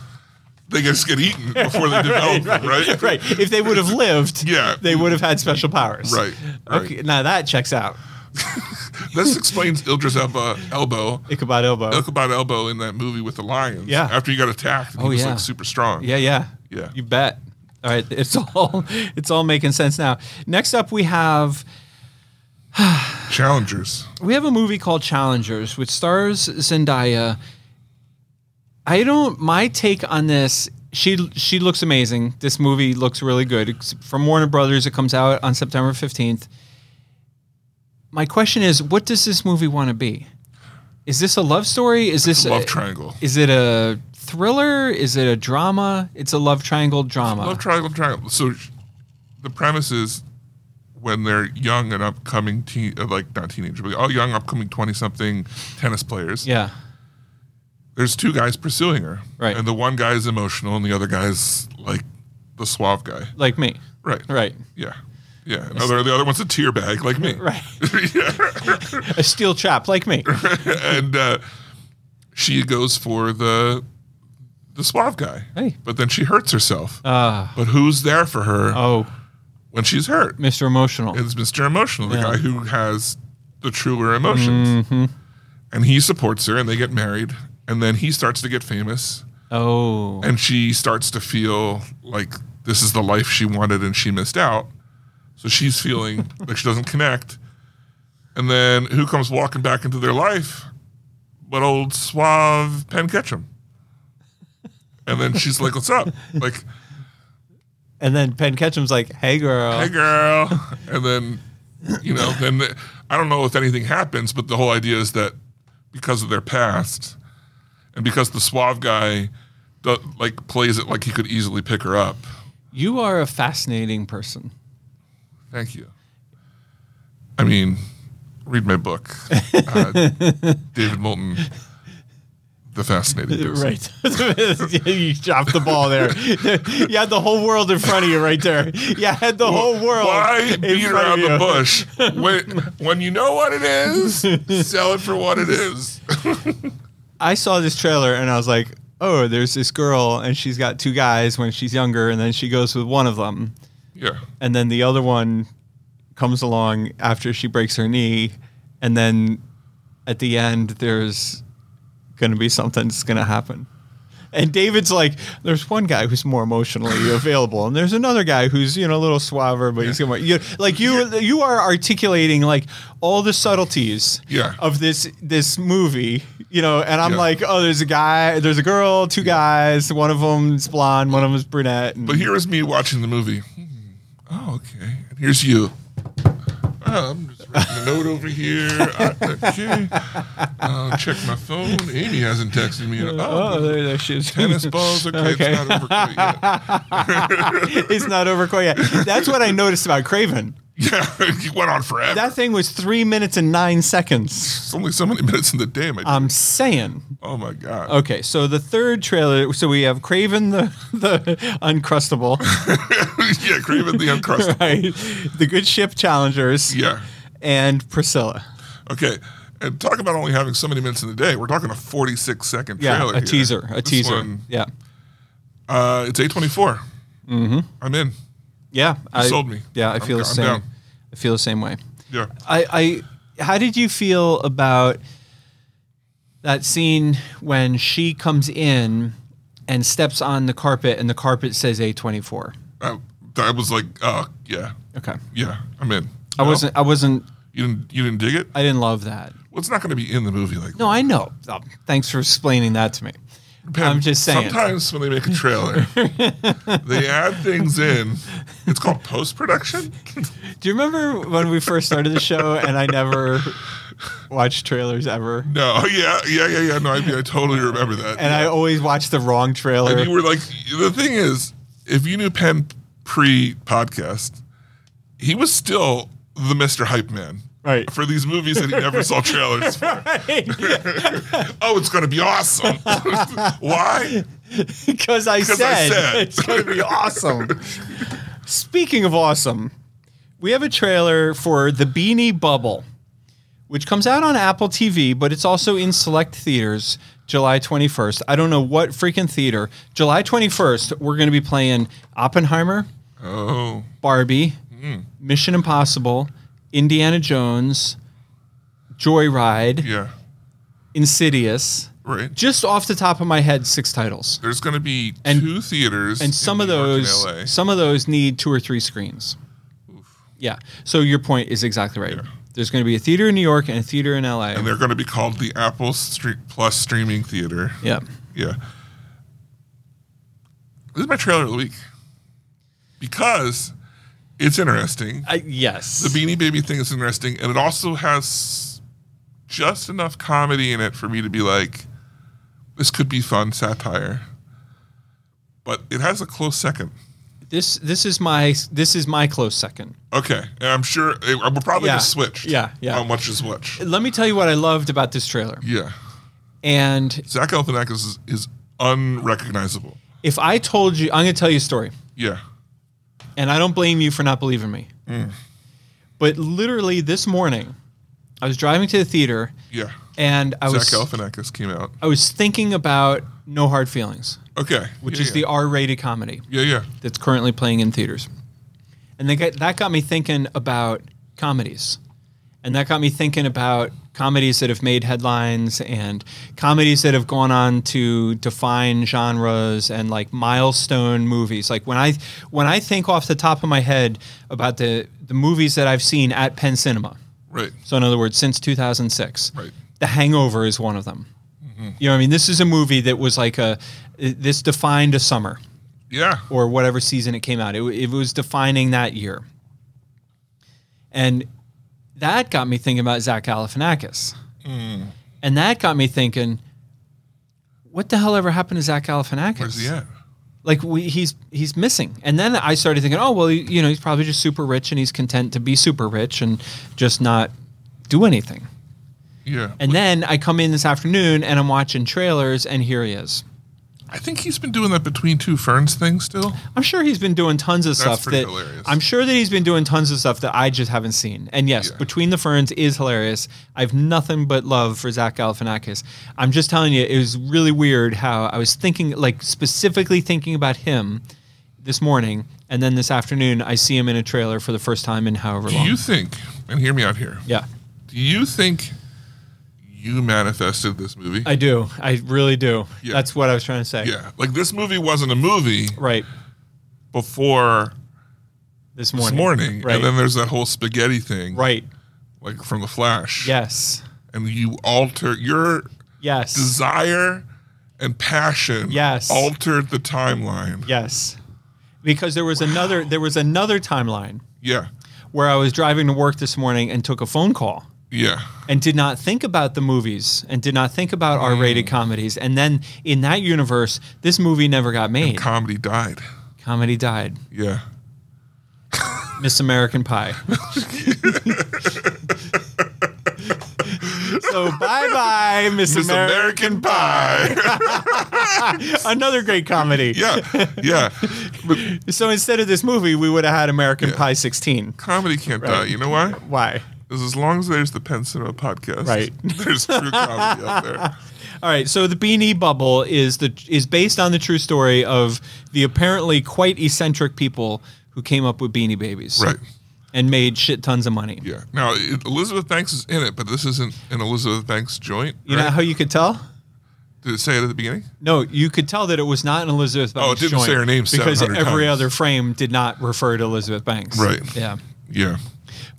[SPEAKER 2] they just get eaten before they develop, them, right? Right.
[SPEAKER 3] Right. If they would have lived,
[SPEAKER 2] Yeah.
[SPEAKER 3] they would have had special powers.
[SPEAKER 2] Right, right.
[SPEAKER 3] Okay. Now that checks out.
[SPEAKER 2] This explains Ildra's elbow, elbow,
[SPEAKER 3] Ichabod Elbow.
[SPEAKER 2] Ichabod elbow in that movie with the lions.
[SPEAKER 3] Yeah.
[SPEAKER 2] After he got attacked, and
[SPEAKER 3] Oh,
[SPEAKER 2] he was
[SPEAKER 3] yeah.
[SPEAKER 2] like super strong.
[SPEAKER 3] Yeah, yeah.
[SPEAKER 2] Yeah.
[SPEAKER 3] You bet. All right, it's all it's all making sense now. Next up we have
[SPEAKER 2] Challengers.
[SPEAKER 3] we have a movie called Challengers, which stars Zendaya. I don't. My take on this. She she looks amazing. This movie looks really good. It's from Warner Brothers. It comes out on September fifteenth. My question is, what does this movie want to be? Is this a love story? Is this
[SPEAKER 2] Love
[SPEAKER 3] a,
[SPEAKER 2] triangle.
[SPEAKER 3] Is it a thriller? Is it a drama? It's a love triangle drama.
[SPEAKER 2] Love triangle, triangle. So sh- the premise is when they're young and upcoming, teen, uh, like not teenager, but all young, upcoming 20 something tennis players.
[SPEAKER 3] yeah.
[SPEAKER 2] There's two guys pursuing her.
[SPEAKER 3] Right.
[SPEAKER 2] And the one guy is emotional and the other guy's like the suave guy.
[SPEAKER 3] Like me.
[SPEAKER 2] Right.
[SPEAKER 3] Right.
[SPEAKER 2] Yeah. Yeah. Another, the other one's a tear bag like me.
[SPEAKER 3] Right.
[SPEAKER 2] yeah.
[SPEAKER 3] A steel trap like me.
[SPEAKER 2] and uh, she goes for the the suave guy.
[SPEAKER 3] Hey.
[SPEAKER 2] But then she hurts herself.
[SPEAKER 3] Ah.
[SPEAKER 2] but who's there for her
[SPEAKER 3] Oh,
[SPEAKER 2] when she's hurt?
[SPEAKER 3] Mr. Emotional.
[SPEAKER 2] It's Mr. Emotional, the guy who has the truer emotions. And he supports her and they get married. And then he starts to get famous
[SPEAKER 3] Oh.
[SPEAKER 2] and she starts to feel like this is the life she wanted and she missed out. So she's feeling like she doesn't connect. And then who comes walking back into their life? But old suave Penn Ketchum. And then she's like, "What's up?" Like,
[SPEAKER 3] And then Penn Ketchum's like, "Hey, girl."
[SPEAKER 2] "Hey, girl." And then, you know, then the- I don't know if anything happens, but the whole idea is that because of their past, and because the suave guy, do, like, plays it like he could easily pick her up.
[SPEAKER 3] You are a fascinating person.
[SPEAKER 2] Thank you. I mean, read my book, uh, David Moulton, The Fascinating Person.
[SPEAKER 3] you dropped the ball there. You had the whole world in front of you right there. You had the whole world.
[SPEAKER 2] Why beat around
[SPEAKER 3] front of
[SPEAKER 2] the
[SPEAKER 3] you.
[SPEAKER 2] bush when, when you know what it is? Sell it for what it is.
[SPEAKER 3] I saw this trailer and I was like, oh, there's this girl and she's got two guys when she's younger, and then she goes with one of them,
[SPEAKER 2] Yeah.
[SPEAKER 3] and then the other one comes along after she breaks her knee, and then at the end there's gonna be something that's gonna happen. And David's like, there's one guy who's more emotionally available, and there's another guy who's you know a little suaver, but he's gonna you like you you are articulating like all the subtleties
[SPEAKER 2] Yeah.
[SPEAKER 3] of this this movie, you know. And I'm
[SPEAKER 2] Yeah.
[SPEAKER 3] like, oh, there's a guy, there's a girl, two guys, one of them's blonde, one of them's brunette. And
[SPEAKER 2] But here is me watching the movie. Hmm. Oh, okay. And here's you. Oh, I'm just writing a note over here. I, okay. I'll check my phone. Amy hasn't texted me. in-
[SPEAKER 3] oh,
[SPEAKER 2] Oh,
[SPEAKER 3] there, there she is.
[SPEAKER 2] tennis balls. Okay,
[SPEAKER 3] Okay.
[SPEAKER 2] it's not over quite yet.
[SPEAKER 3] it's not over quite yet. That's what I noticed about Craven.
[SPEAKER 2] Yeah, it went on forever.
[SPEAKER 3] That thing was three minutes and nine seconds.
[SPEAKER 2] it's only so many minutes in the day. My,
[SPEAKER 3] I'm saying.
[SPEAKER 2] oh my god.
[SPEAKER 3] Okay, so the third trailer. So we have Craven the the Uncrustable,
[SPEAKER 2] yeah, Craven the Uncrustable.
[SPEAKER 3] right? The Good Ship Challengers,
[SPEAKER 2] Yeah.
[SPEAKER 3] and Priscilla.
[SPEAKER 2] Okay. And talk about only having so many minutes in the day. We're talking a 46 second
[SPEAKER 3] Yeah,
[SPEAKER 2] trailer.
[SPEAKER 3] a
[SPEAKER 2] here.
[SPEAKER 3] teaser, a
[SPEAKER 2] This
[SPEAKER 3] teaser.
[SPEAKER 2] one,
[SPEAKER 3] Yeah,
[SPEAKER 2] uh, it's 824. Mm-hmm. I'm in.
[SPEAKER 3] yeah. I,
[SPEAKER 2] sold me.
[SPEAKER 3] Yeah, I
[SPEAKER 2] I'm
[SPEAKER 3] feel
[SPEAKER 2] go-
[SPEAKER 3] the
[SPEAKER 2] I'm
[SPEAKER 3] same.
[SPEAKER 2] down.
[SPEAKER 3] I feel the same way.
[SPEAKER 2] Yeah.
[SPEAKER 3] I, I how did you feel about that scene when she comes in and steps on the carpet and the carpet says A24?
[SPEAKER 2] I, I was like, oh, yeah.
[SPEAKER 3] Okay.
[SPEAKER 2] Yeah, I'm in.
[SPEAKER 3] I wasn't I wasn't
[SPEAKER 2] You didn't. You didn't dig it.
[SPEAKER 3] I didn't love that.
[SPEAKER 2] well, it's not going to be in the movie. Like,
[SPEAKER 3] No, I know. Oh, thanks for explaining that to me. I'm just saying.
[SPEAKER 2] Sometimes when they make a trailer, they add things in. It's called post production.
[SPEAKER 3] Do you remember when we first started the show and I never watched trailers ever?
[SPEAKER 2] No, Oh, yeah, yeah, yeah, yeah. No, I, I totally remember that.
[SPEAKER 3] And I always watched the wrong trailer.
[SPEAKER 2] And you were like, the thing is, if you knew Penn pre podcast, he was still the Mr. Hype Man.
[SPEAKER 3] Right.
[SPEAKER 2] For these movies that he never saw trailers for. Oh, it's going to be awesome. Why?
[SPEAKER 3] Because I said,
[SPEAKER 2] I said.
[SPEAKER 3] it's going to be awesome. Speaking of awesome, we have a trailer for The Beanie Bubble, which comes out on Apple TV, but it's also in select theaters July 21st. I don't know what freaking theater. July 21st, we're going to be playing Oppenheimer,
[SPEAKER 2] Oh,
[SPEAKER 3] Barbie, Mission Impossible, Indiana Jones, Joyride,
[SPEAKER 2] yeah.
[SPEAKER 3] Insidious.
[SPEAKER 2] Right.
[SPEAKER 3] Just off the top of my head, six titles.
[SPEAKER 2] There's going to be
[SPEAKER 3] And-
[SPEAKER 2] two theaters,
[SPEAKER 3] and some
[SPEAKER 2] in
[SPEAKER 3] of
[SPEAKER 2] New York and
[SPEAKER 3] those
[SPEAKER 2] LA.
[SPEAKER 3] some of those need two or three screens. Yeah. So your point is exactly right. There's going to be a theater in New York and a theater in LA.
[SPEAKER 2] and they're going to be called the Apple Street Plus Streaming Theater.
[SPEAKER 3] yeah.
[SPEAKER 2] Yeah. This is my trailer of the week because it's interesting.
[SPEAKER 3] I, Uh, yes.
[SPEAKER 2] The Beanie Baby thing is interesting, and it also has just enough comedy in it for me to be like, this could be fun satire. But it has a close second.
[SPEAKER 3] this this is my this is my close second.
[SPEAKER 2] Okay, and I'm sure it, we're probably
[SPEAKER 3] Yeah.
[SPEAKER 2] gonna switch.
[SPEAKER 3] Yeah, yeah.
[SPEAKER 2] On which is which?
[SPEAKER 3] Let me tell you what I loved about this trailer.
[SPEAKER 2] Yeah,
[SPEAKER 3] And
[SPEAKER 2] Zach Galifianakis is, is unrecognizable.
[SPEAKER 3] if I told you, I'm going to tell you a story.
[SPEAKER 2] Yeah,
[SPEAKER 3] and I don't blame you for not believing me.
[SPEAKER 2] Mm.
[SPEAKER 3] But literally this morning, I was driving to the theater
[SPEAKER 2] yeah.
[SPEAKER 3] and I
[SPEAKER 2] Zach
[SPEAKER 3] was
[SPEAKER 2] Galifianakis came out.
[SPEAKER 3] I was thinking about No Hard Feelings,
[SPEAKER 2] Okay,
[SPEAKER 3] which
[SPEAKER 2] yeah,
[SPEAKER 3] is the R-rated comedy
[SPEAKER 2] yeah, yeah,
[SPEAKER 3] that's currently playing in theaters. And they got, that got me thinking about comedies. And that got me thinking about comedies that have made headlines and comedies that have gone on to define genres and like milestone movies. Like when I when I think off the top of my head about the the movies that I've seen at Penn Cinema.
[SPEAKER 2] right.
[SPEAKER 3] So in other words, since 2006.
[SPEAKER 2] Right.
[SPEAKER 3] The Hangover is one of them. You know what I mean? This is a movie that was like a this defined a summer
[SPEAKER 2] Yeah,
[SPEAKER 3] or whatever season it came out. It, it was defining that year. And that got me thinking about Zach Galifianakis.
[SPEAKER 2] Hmm.
[SPEAKER 3] And that got me thinking, what the hell ever happened to Zach Galifianakis?
[SPEAKER 2] where's he at?
[SPEAKER 3] Like we, he's he's missing. And then I started thinking, oh well, you know, he's probably just super rich and he's content to be super rich and just not do anything.
[SPEAKER 2] Yeah,
[SPEAKER 3] And then I come in this afternoon and I'm watching trailers, and here he is.
[SPEAKER 2] I think he's been doing that between two ferns thing still.
[SPEAKER 3] I'm sure he's been doing tons of stuff
[SPEAKER 2] pretty
[SPEAKER 3] that
[SPEAKER 2] hilarious.
[SPEAKER 3] I'm sure that he's been doing tons of stuff that I just haven't seen. And yes,
[SPEAKER 2] Yeah.
[SPEAKER 3] Between the Ferns is hilarious. I have nothing but love for Zach Galifianakis. I'm just telling you, it was really weird how I was thinking, like specifically thinking about him this morning, and then this afternoon I see him in a trailer for the first time in however
[SPEAKER 2] Do
[SPEAKER 3] long.
[SPEAKER 2] you think? And hear me out here.
[SPEAKER 3] yeah,
[SPEAKER 2] Do you think you manifested this movie?
[SPEAKER 3] I do. I really do.
[SPEAKER 2] Yeah.
[SPEAKER 3] That's what I was trying to say.
[SPEAKER 2] yeah. Like this movie wasn't a movie
[SPEAKER 3] Right.
[SPEAKER 2] before
[SPEAKER 3] This
[SPEAKER 2] this
[SPEAKER 3] morning.
[SPEAKER 2] morning,
[SPEAKER 3] Right.
[SPEAKER 2] and then there's that whole spaghetti thing,
[SPEAKER 3] right.
[SPEAKER 2] Like from the Flash.
[SPEAKER 3] Yes.
[SPEAKER 2] And you alter your
[SPEAKER 3] Yes.
[SPEAKER 2] desire and passion.
[SPEAKER 3] Yes.
[SPEAKER 2] Altered the timeline.
[SPEAKER 3] Yes. Because there was another there was another timeline
[SPEAKER 2] Yeah.
[SPEAKER 3] where I was driving to work this morning and took a phone call
[SPEAKER 2] Yeah.
[SPEAKER 3] and did not think about the movies and did not think about R-rated
[SPEAKER 2] Mm.
[SPEAKER 3] comedies and then in that universe this movie never got made.
[SPEAKER 2] Comedy died.
[SPEAKER 3] Comedy died.
[SPEAKER 2] Yeah.
[SPEAKER 3] Miss American Pie. so bye-bye Miss,
[SPEAKER 2] Miss
[SPEAKER 3] American.
[SPEAKER 2] American Pie.
[SPEAKER 3] Another great comedy.
[SPEAKER 2] yeah. Yeah. But
[SPEAKER 3] So instead of this movie we would have had American Pie 16.
[SPEAKER 2] comedy can't die. You know why?
[SPEAKER 3] Why?
[SPEAKER 2] Because as long as there's the Penn Cinema podcast,
[SPEAKER 3] Right.
[SPEAKER 2] there's true comedy out there.
[SPEAKER 3] All right, so the Beanie Bubble is the is based on the true story of the apparently quite eccentric people who came up with Beanie Babies,
[SPEAKER 2] Right.
[SPEAKER 3] and made shit tons of money.
[SPEAKER 2] Yeah. Now, it, Elizabeth Banks is in it, but this isn't an Elizabeth Banks joint.
[SPEAKER 3] You
[SPEAKER 2] right?
[SPEAKER 3] know how you could tell?
[SPEAKER 2] Did it say it at the beginning?
[SPEAKER 3] No, you could tell that it was not an Elizabeth Banks.
[SPEAKER 2] Oh, it didn't
[SPEAKER 3] joint
[SPEAKER 2] say her name
[SPEAKER 3] because
[SPEAKER 2] 700
[SPEAKER 3] every
[SPEAKER 2] times.
[SPEAKER 3] other frame did not refer to Elizabeth Banks.
[SPEAKER 2] Right.
[SPEAKER 3] Yeah,
[SPEAKER 2] Yeah.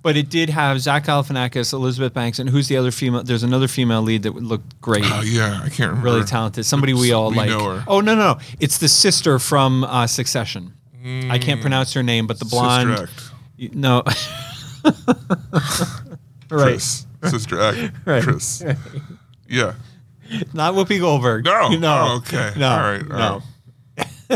[SPEAKER 3] but it did have Zach Galifianakis, Elizabeth Banks, and who's the other female? There's another female lead that looked great.
[SPEAKER 2] Oh, yeah. I can't remember.
[SPEAKER 3] really talented. Somebody we all
[SPEAKER 2] We
[SPEAKER 3] like.
[SPEAKER 2] know her.
[SPEAKER 3] Oh no, no, it's the sister from uh, Succession. I can't pronounce her name, but the blonde.
[SPEAKER 2] Hmm. Sister Act.
[SPEAKER 3] y- No. right.
[SPEAKER 2] Chris. Sister Act.
[SPEAKER 3] Right.
[SPEAKER 2] Chris. Yeah.
[SPEAKER 3] Not Whoopi Goldberg.
[SPEAKER 2] No.
[SPEAKER 3] No.
[SPEAKER 2] Oh, okay.
[SPEAKER 3] No.
[SPEAKER 2] All right.
[SPEAKER 3] No.
[SPEAKER 2] All right.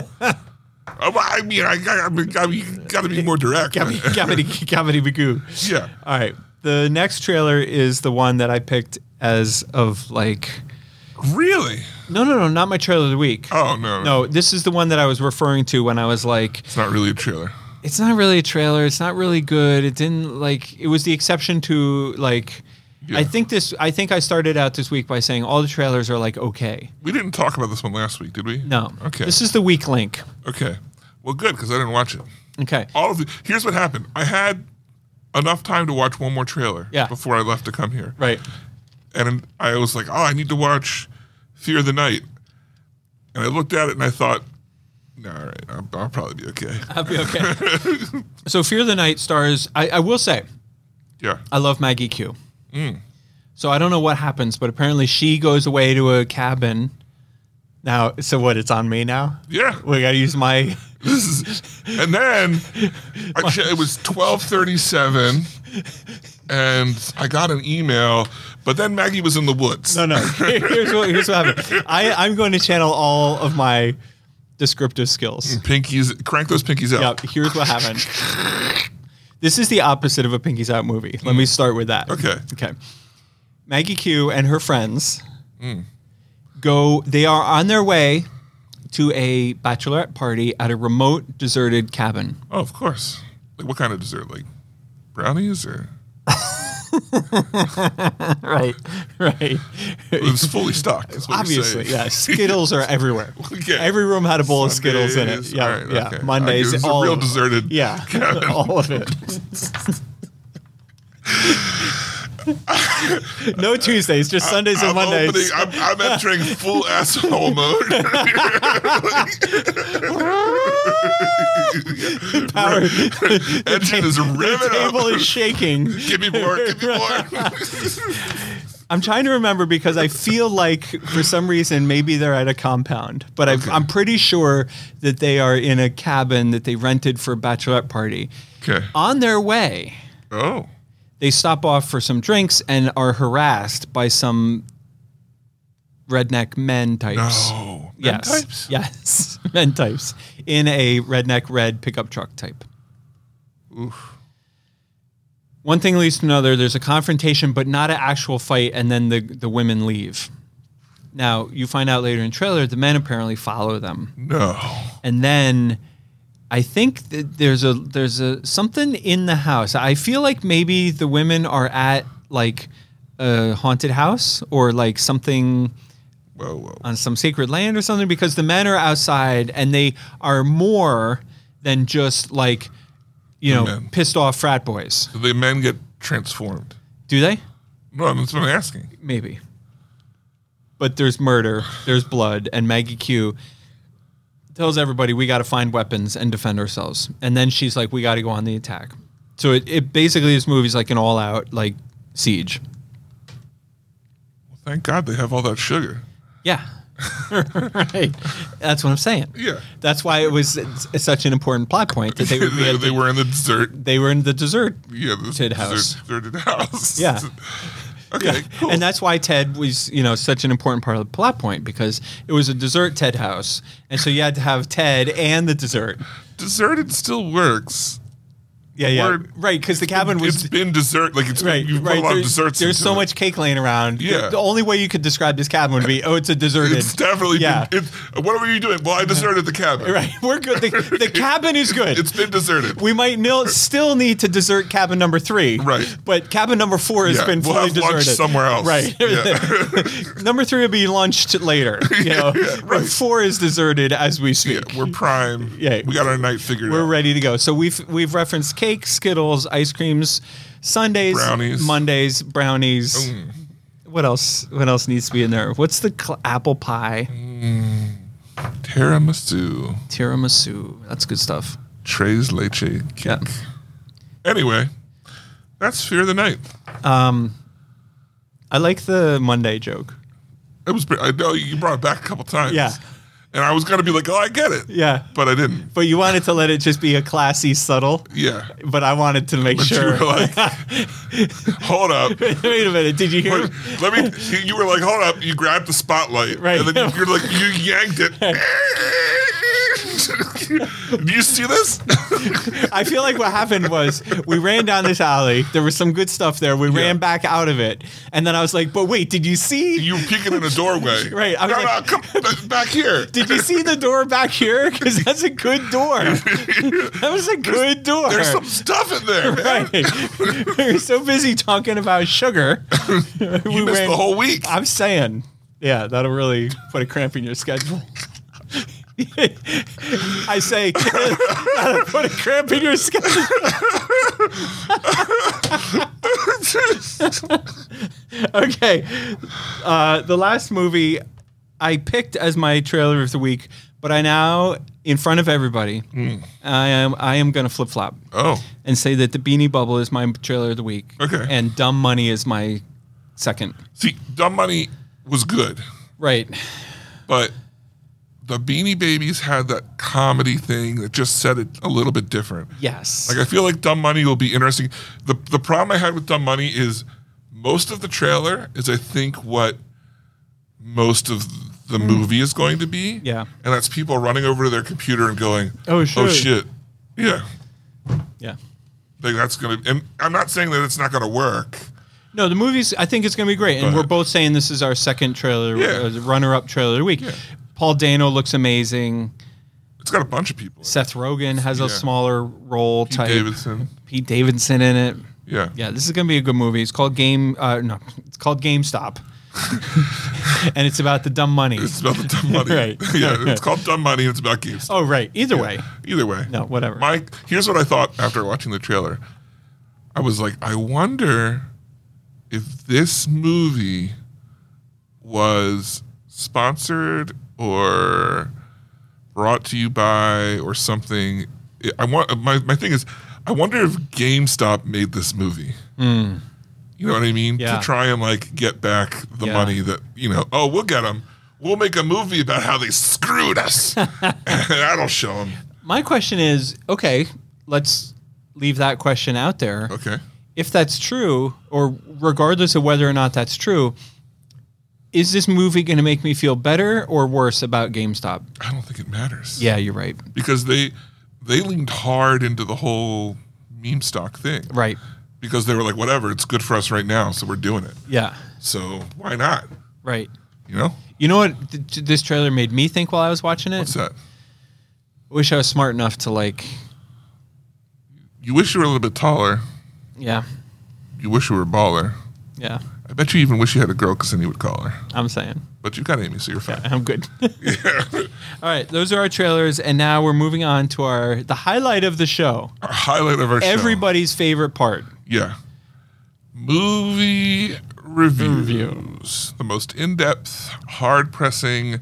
[SPEAKER 2] Oh, well, I mean, I, I, I mean, I mean, you got to be more direct.
[SPEAKER 3] Gabby, Gabby, Gabby Bagoo.
[SPEAKER 2] yeah.
[SPEAKER 3] All right. The next trailer is the one that I picked as of like.
[SPEAKER 2] Really?
[SPEAKER 3] No, no, no, not my trailer of the week.
[SPEAKER 2] Oh, no.
[SPEAKER 3] No, this is the one that I was referring to when I was like,
[SPEAKER 2] It's not really a trailer.
[SPEAKER 3] it's not really a trailer. It's not really good. It didn't like. It was the exception to like.
[SPEAKER 2] Yeah.
[SPEAKER 3] I think this. I think I started out this week by saying all the trailers are like okay.
[SPEAKER 2] We didn't talk about this one last week, did we?
[SPEAKER 3] No.
[SPEAKER 2] Okay.
[SPEAKER 3] This is the weak link.
[SPEAKER 2] okay. Well, good because I didn't watch it.
[SPEAKER 3] Okay.
[SPEAKER 2] All of the, here's what happened. I had enough time to watch one more trailer
[SPEAKER 3] Yeah.
[SPEAKER 2] before I left to come here,
[SPEAKER 3] Right.
[SPEAKER 2] and I was like, "Oh, I need to watch Fear the Night," and I looked at it and I thought, "No, all right, I'll, I'll probably be okay."
[SPEAKER 3] I'll be okay. so Fear the Night stars. I, I will say
[SPEAKER 2] yeah, Mm.
[SPEAKER 3] I love Maggie Q. So I don't know what happens, but apparently she goes away to a cabin. Now, so what? It's on me now.
[SPEAKER 2] yeah.
[SPEAKER 3] We gotta use my.
[SPEAKER 2] This is, and then I che- it was twelve thirty-seven, and I got an email. But then Maggie was in the woods.
[SPEAKER 3] No, no. Here's what here's what happened. I I'm going to channel all of my descriptive skills.
[SPEAKER 2] Pinkies, crank those pinkies out.
[SPEAKER 3] Yep. Here's what happened. This is the opposite of a Pinky's Out movie. Let me start with that.
[SPEAKER 2] Mm. Okay.
[SPEAKER 3] Okay. Maggie Q and her friends
[SPEAKER 2] Mm.
[SPEAKER 3] go. They are on their way to a bachelorette party at a remote, deserted cabin.
[SPEAKER 2] Oh, of course. Like what kind of dessert? Like brownies or
[SPEAKER 3] Right. Right.
[SPEAKER 2] it was fully stocked. That's what we say.
[SPEAKER 3] Obviously, yeah. Skittles are everywhere.
[SPEAKER 2] Okay.
[SPEAKER 3] Every room had a bowl of Skittles in it.
[SPEAKER 2] Sundays,
[SPEAKER 3] Yeah,
[SPEAKER 2] all right,
[SPEAKER 3] yeah.
[SPEAKER 2] okay.
[SPEAKER 3] Mondays,
[SPEAKER 2] Okay, this is Uh,
[SPEAKER 3] all
[SPEAKER 2] a real
[SPEAKER 3] of it.
[SPEAKER 2] deserted.
[SPEAKER 3] Yeah, all of it. no Tuesdays, just Sundays and
[SPEAKER 2] I'm,
[SPEAKER 3] Mondays.
[SPEAKER 2] opening, I'm, I'm entering full asshole mode.
[SPEAKER 3] Power-
[SPEAKER 2] Engine is
[SPEAKER 3] the
[SPEAKER 2] revving
[SPEAKER 3] table
[SPEAKER 2] up.
[SPEAKER 3] is shaking.
[SPEAKER 2] give me more. Give me more.
[SPEAKER 3] I'm trying to remember because I feel like for some reason maybe they're at a compound, but I've, I'm pretty sure that they are in a cabin that they rented for a bachelorette party.
[SPEAKER 2] okay.
[SPEAKER 3] On their way,
[SPEAKER 2] Oh,
[SPEAKER 3] they stop off for some drinks and are harassed by some redneck men types.
[SPEAKER 2] no. Men
[SPEAKER 3] Oh. yes.
[SPEAKER 2] Types?
[SPEAKER 3] Yes. Men types in a redneck red pickup truck type.
[SPEAKER 2] Oof.
[SPEAKER 3] One thing leads to another. There's a confrontation, but not an actual fight, and then the, the women leave. Now you find out later in trailer the men apparently follow them,
[SPEAKER 2] No.
[SPEAKER 3] and then I think th- there's a there's a something in the house. I feel like maybe the women are at like a haunted house or like something
[SPEAKER 2] Whoa, whoa.
[SPEAKER 3] on some sacred land or something because the men are outside and they are more than just like you know
[SPEAKER 2] men.
[SPEAKER 3] pissed off frat boys.
[SPEAKER 2] Do the men get transformed?
[SPEAKER 3] Do they?
[SPEAKER 2] No, that's what I'm asking.
[SPEAKER 3] Maybe. But there's murder, there's blood, and Maggie Q tells everybody we got to find weapons and defend ourselves. And then she's like, we got to go on the attack. So it, it basically this movie's like an all out like siege.
[SPEAKER 2] Thank God they have all that sugar.
[SPEAKER 3] Yeah. right. That's what I'm saying.
[SPEAKER 2] Yeah.
[SPEAKER 3] That's why it was it's- it's such an important plot point that they,
[SPEAKER 2] They,
[SPEAKER 3] we had
[SPEAKER 2] they
[SPEAKER 3] to-
[SPEAKER 2] were in the dessert.
[SPEAKER 3] they were in the dessert.
[SPEAKER 2] Yeah, the
[SPEAKER 3] Ted
[SPEAKER 2] dessert-
[SPEAKER 3] house.
[SPEAKER 2] Deserted house.
[SPEAKER 3] Yeah.
[SPEAKER 2] okay. Cool.
[SPEAKER 3] And that's why Ted was, you know, such an important part of the plot point because it was a dessert Ted house. And so you had to have Ted and the dessert.
[SPEAKER 2] deserted still works.
[SPEAKER 3] Yeah, yeah.
[SPEAKER 2] Word.
[SPEAKER 3] Right, because the cabin was
[SPEAKER 2] it's been dessert. Like it's been-
[SPEAKER 3] right.
[SPEAKER 2] You've put
[SPEAKER 3] right.
[SPEAKER 2] a lot
[SPEAKER 3] there's
[SPEAKER 2] of desserts.
[SPEAKER 3] there's
[SPEAKER 2] into
[SPEAKER 3] so
[SPEAKER 2] it.
[SPEAKER 3] much cake laying around.
[SPEAKER 2] Yeah.
[SPEAKER 3] The only way you could describe this cabin would be, oh, it's a deserted.
[SPEAKER 2] It's definitely.
[SPEAKER 3] yeah.
[SPEAKER 2] Been, it's, what were you doing? Well, I deserted the cabin.
[SPEAKER 3] right. We're good. The, the cabin is good.
[SPEAKER 2] It's been deserted.
[SPEAKER 3] we might nil- still need to desert cabin number three.
[SPEAKER 2] Right.
[SPEAKER 3] But cabin number four has
[SPEAKER 2] Yeah,
[SPEAKER 3] been
[SPEAKER 2] we'll
[SPEAKER 3] fully
[SPEAKER 2] have lunch
[SPEAKER 3] deserted.
[SPEAKER 2] somewhere else.
[SPEAKER 3] Right.
[SPEAKER 2] Yeah.
[SPEAKER 3] number three will be lunched later. You know? But four is deserted as we
[SPEAKER 2] yeah,
[SPEAKER 3] speak.
[SPEAKER 2] we're prime.
[SPEAKER 3] Yeah.
[SPEAKER 2] we got our night figured
[SPEAKER 3] We're
[SPEAKER 2] out.
[SPEAKER 3] ready to go. So we've we've referenced cake, Skittles, ice creams, Sundays,
[SPEAKER 2] Brownies. Mm.
[SPEAKER 3] Mondays, brownies. What else? What else needs to be in there? What's the cl- apple pie?
[SPEAKER 2] Tiramisu,
[SPEAKER 3] Tiramisu. That's good stuff.
[SPEAKER 2] tres leche. cake.
[SPEAKER 3] Yeah.
[SPEAKER 2] Anyway, that's fear of the night.
[SPEAKER 3] I like the Monday joke.
[SPEAKER 2] It was. pre- I know you brought it back a couple times.
[SPEAKER 3] Yeah.
[SPEAKER 2] and I was gonna be like, oh, I get it.
[SPEAKER 3] Yeah.
[SPEAKER 2] but I didn't.
[SPEAKER 3] But you wanted to let it just be a classy, subtle.
[SPEAKER 2] Yeah,
[SPEAKER 3] But I wanted to make
[SPEAKER 2] but
[SPEAKER 3] sure.
[SPEAKER 2] you were like, hold up.
[SPEAKER 3] Wait a minute. Did you hear?
[SPEAKER 2] Wait, let me. You were like, hold up. You grabbed the spotlight,
[SPEAKER 3] Right.
[SPEAKER 2] And then you're like, you yanked it. Do you see this?
[SPEAKER 3] I feel like what happened was we ran down this alley. There was some good stuff there. We ran back out of it, and then I was like, "But wait, did you see?
[SPEAKER 2] you were peeking in a doorway.
[SPEAKER 3] Right, I was
[SPEAKER 2] no,
[SPEAKER 3] like-
[SPEAKER 2] no, come b- back here.
[SPEAKER 3] Did you see the door back here? Because that's a good door. That was a good door.
[SPEAKER 2] There's some stuff in there. Man.
[SPEAKER 3] right. we were so busy talking about sugar. we
[SPEAKER 2] You missed
[SPEAKER 3] ran-
[SPEAKER 2] the whole week.
[SPEAKER 3] I'm saying, yeah, that'll really put a cramp in your schedule. I say, that'll put a cramp in your schedule. okay. Uh, the last movie I picked as my trailer of the week, but I now, in front of everybody, I am I am going to flip flop
[SPEAKER 2] oh,
[SPEAKER 3] and say that the Beanie Bubble is my trailer of the week.
[SPEAKER 2] Okay.
[SPEAKER 3] And Dumb Money is my second.
[SPEAKER 2] see, dumb money was good,
[SPEAKER 3] Right.
[SPEAKER 2] but the Beanie Babies had that comedy thing that just set it a little bit different.
[SPEAKER 3] Yes.
[SPEAKER 2] Like I feel like Dumb Money will be interesting. The the problem I had with Dumb Money is most of the trailer is I think what most of the movie is going to be.
[SPEAKER 3] Hmm. Yeah.
[SPEAKER 2] And that's people running over to their computer and going,
[SPEAKER 3] Oh,
[SPEAKER 2] Oh
[SPEAKER 3] sure."
[SPEAKER 2] shit. Yeah.
[SPEAKER 3] yeah.
[SPEAKER 2] Like that's gonna and I'm not saying that it's not gonna work.
[SPEAKER 3] No, the movies. I think it's going to be great, and
[SPEAKER 2] But-
[SPEAKER 3] we're both saying this is our second trailer,
[SPEAKER 2] Yeah.
[SPEAKER 3] uh, runner-up trailer of the week. Paul Dano looks amazing.
[SPEAKER 2] It's got a bunch of people.
[SPEAKER 3] Seth Rogen has
[SPEAKER 2] Yeah.
[SPEAKER 3] a smaller role
[SPEAKER 2] Pete
[SPEAKER 3] type.
[SPEAKER 2] Davidson.
[SPEAKER 3] Pete Davidson in it.
[SPEAKER 2] Yeah.
[SPEAKER 3] Yeah, this is going to be a good movie. It's called Game. Uh, no, it's called GameStop, and it's about the dumb money.
[SPEAKER 2] It's about the dumb money.
[SPEAKER 3] Right.
[SPEAKER 2] yeah, it's called Dumb Money and it's about games.
[SPEAKER 3] Oh, right. Either way,
[SPEAKER 2] Either way.
[SPEAKER 3] No, whatever.
[SPEAKER 2] My here's what I thought after watching the trailer. I was like, I wonder if this movie was sponsored or brought to you by or something. I- I want my, my thing is, I wonder if GameStop made this movie. You know what I mean?
[SPEAKER 3] Hmm. Yeah.
[SPEAKER 2] To try and like get back the
[SPEAKER 3] Yeah.
[SPEAKER 2] money that you know. Oh, we'll get them. We'll make a movie about how they screwed us. That'll show them.
[SPEAKER 3] my question is: Okay, let's leave that question out there.
[SPEAKER 2] Okay.
[SPEAKER 3] if that's true, or regardless of whether or not that's true, is this movie going to make me feel better or worse about GameStop?
[SPEAKER 2] I don't think it matters.
[SPEAKER 3] Yeah, you're right.
[SPEAKER 2] Because they they leaned hard into the whole meme stock thing.
[SPEAKER 3] Right.
[SPEAKER 2] Because they were like, whatever, it's good for us right now, so we're doing it.
[SPEAKER 3] Yeah.
[SPEAKER 2] So why not?
[SPEAKER 3] Right.
[SPEAKER 2] You know
[SPEAKER 3] You know what th- th- this trailer made me think while I was watching it?
[SPEAKER 2] what's that?
[SPEAKER 3] I wish I was smart enough to like,
[SPEAKER 2] You wish you were a little bit taller.
[SPEAKER 3] yeah,
[SPEAKER 2] You wish you were a baller.
[SPEAKER 3] yeah.
[SPEAKER 2] I bet you even wish you had a girl because then you would call her.
[SPEAKER 3] I'm saying
[SPEAKER 2] But you got Amy, so you're fine.
[SPEAKER 3] I'm good. All right, those are our trailers, and now we're moving on to our the highlight of the show,
[SPEAKER 2] Our highlight of our show.
[SPEAKER 3] everybody's favorite part.
[SPEAKER 2] Yeah. Movie reviews.
[SPEAKER 3] Reviews.
[SPEAKER 2] The most in depth, hard pressing,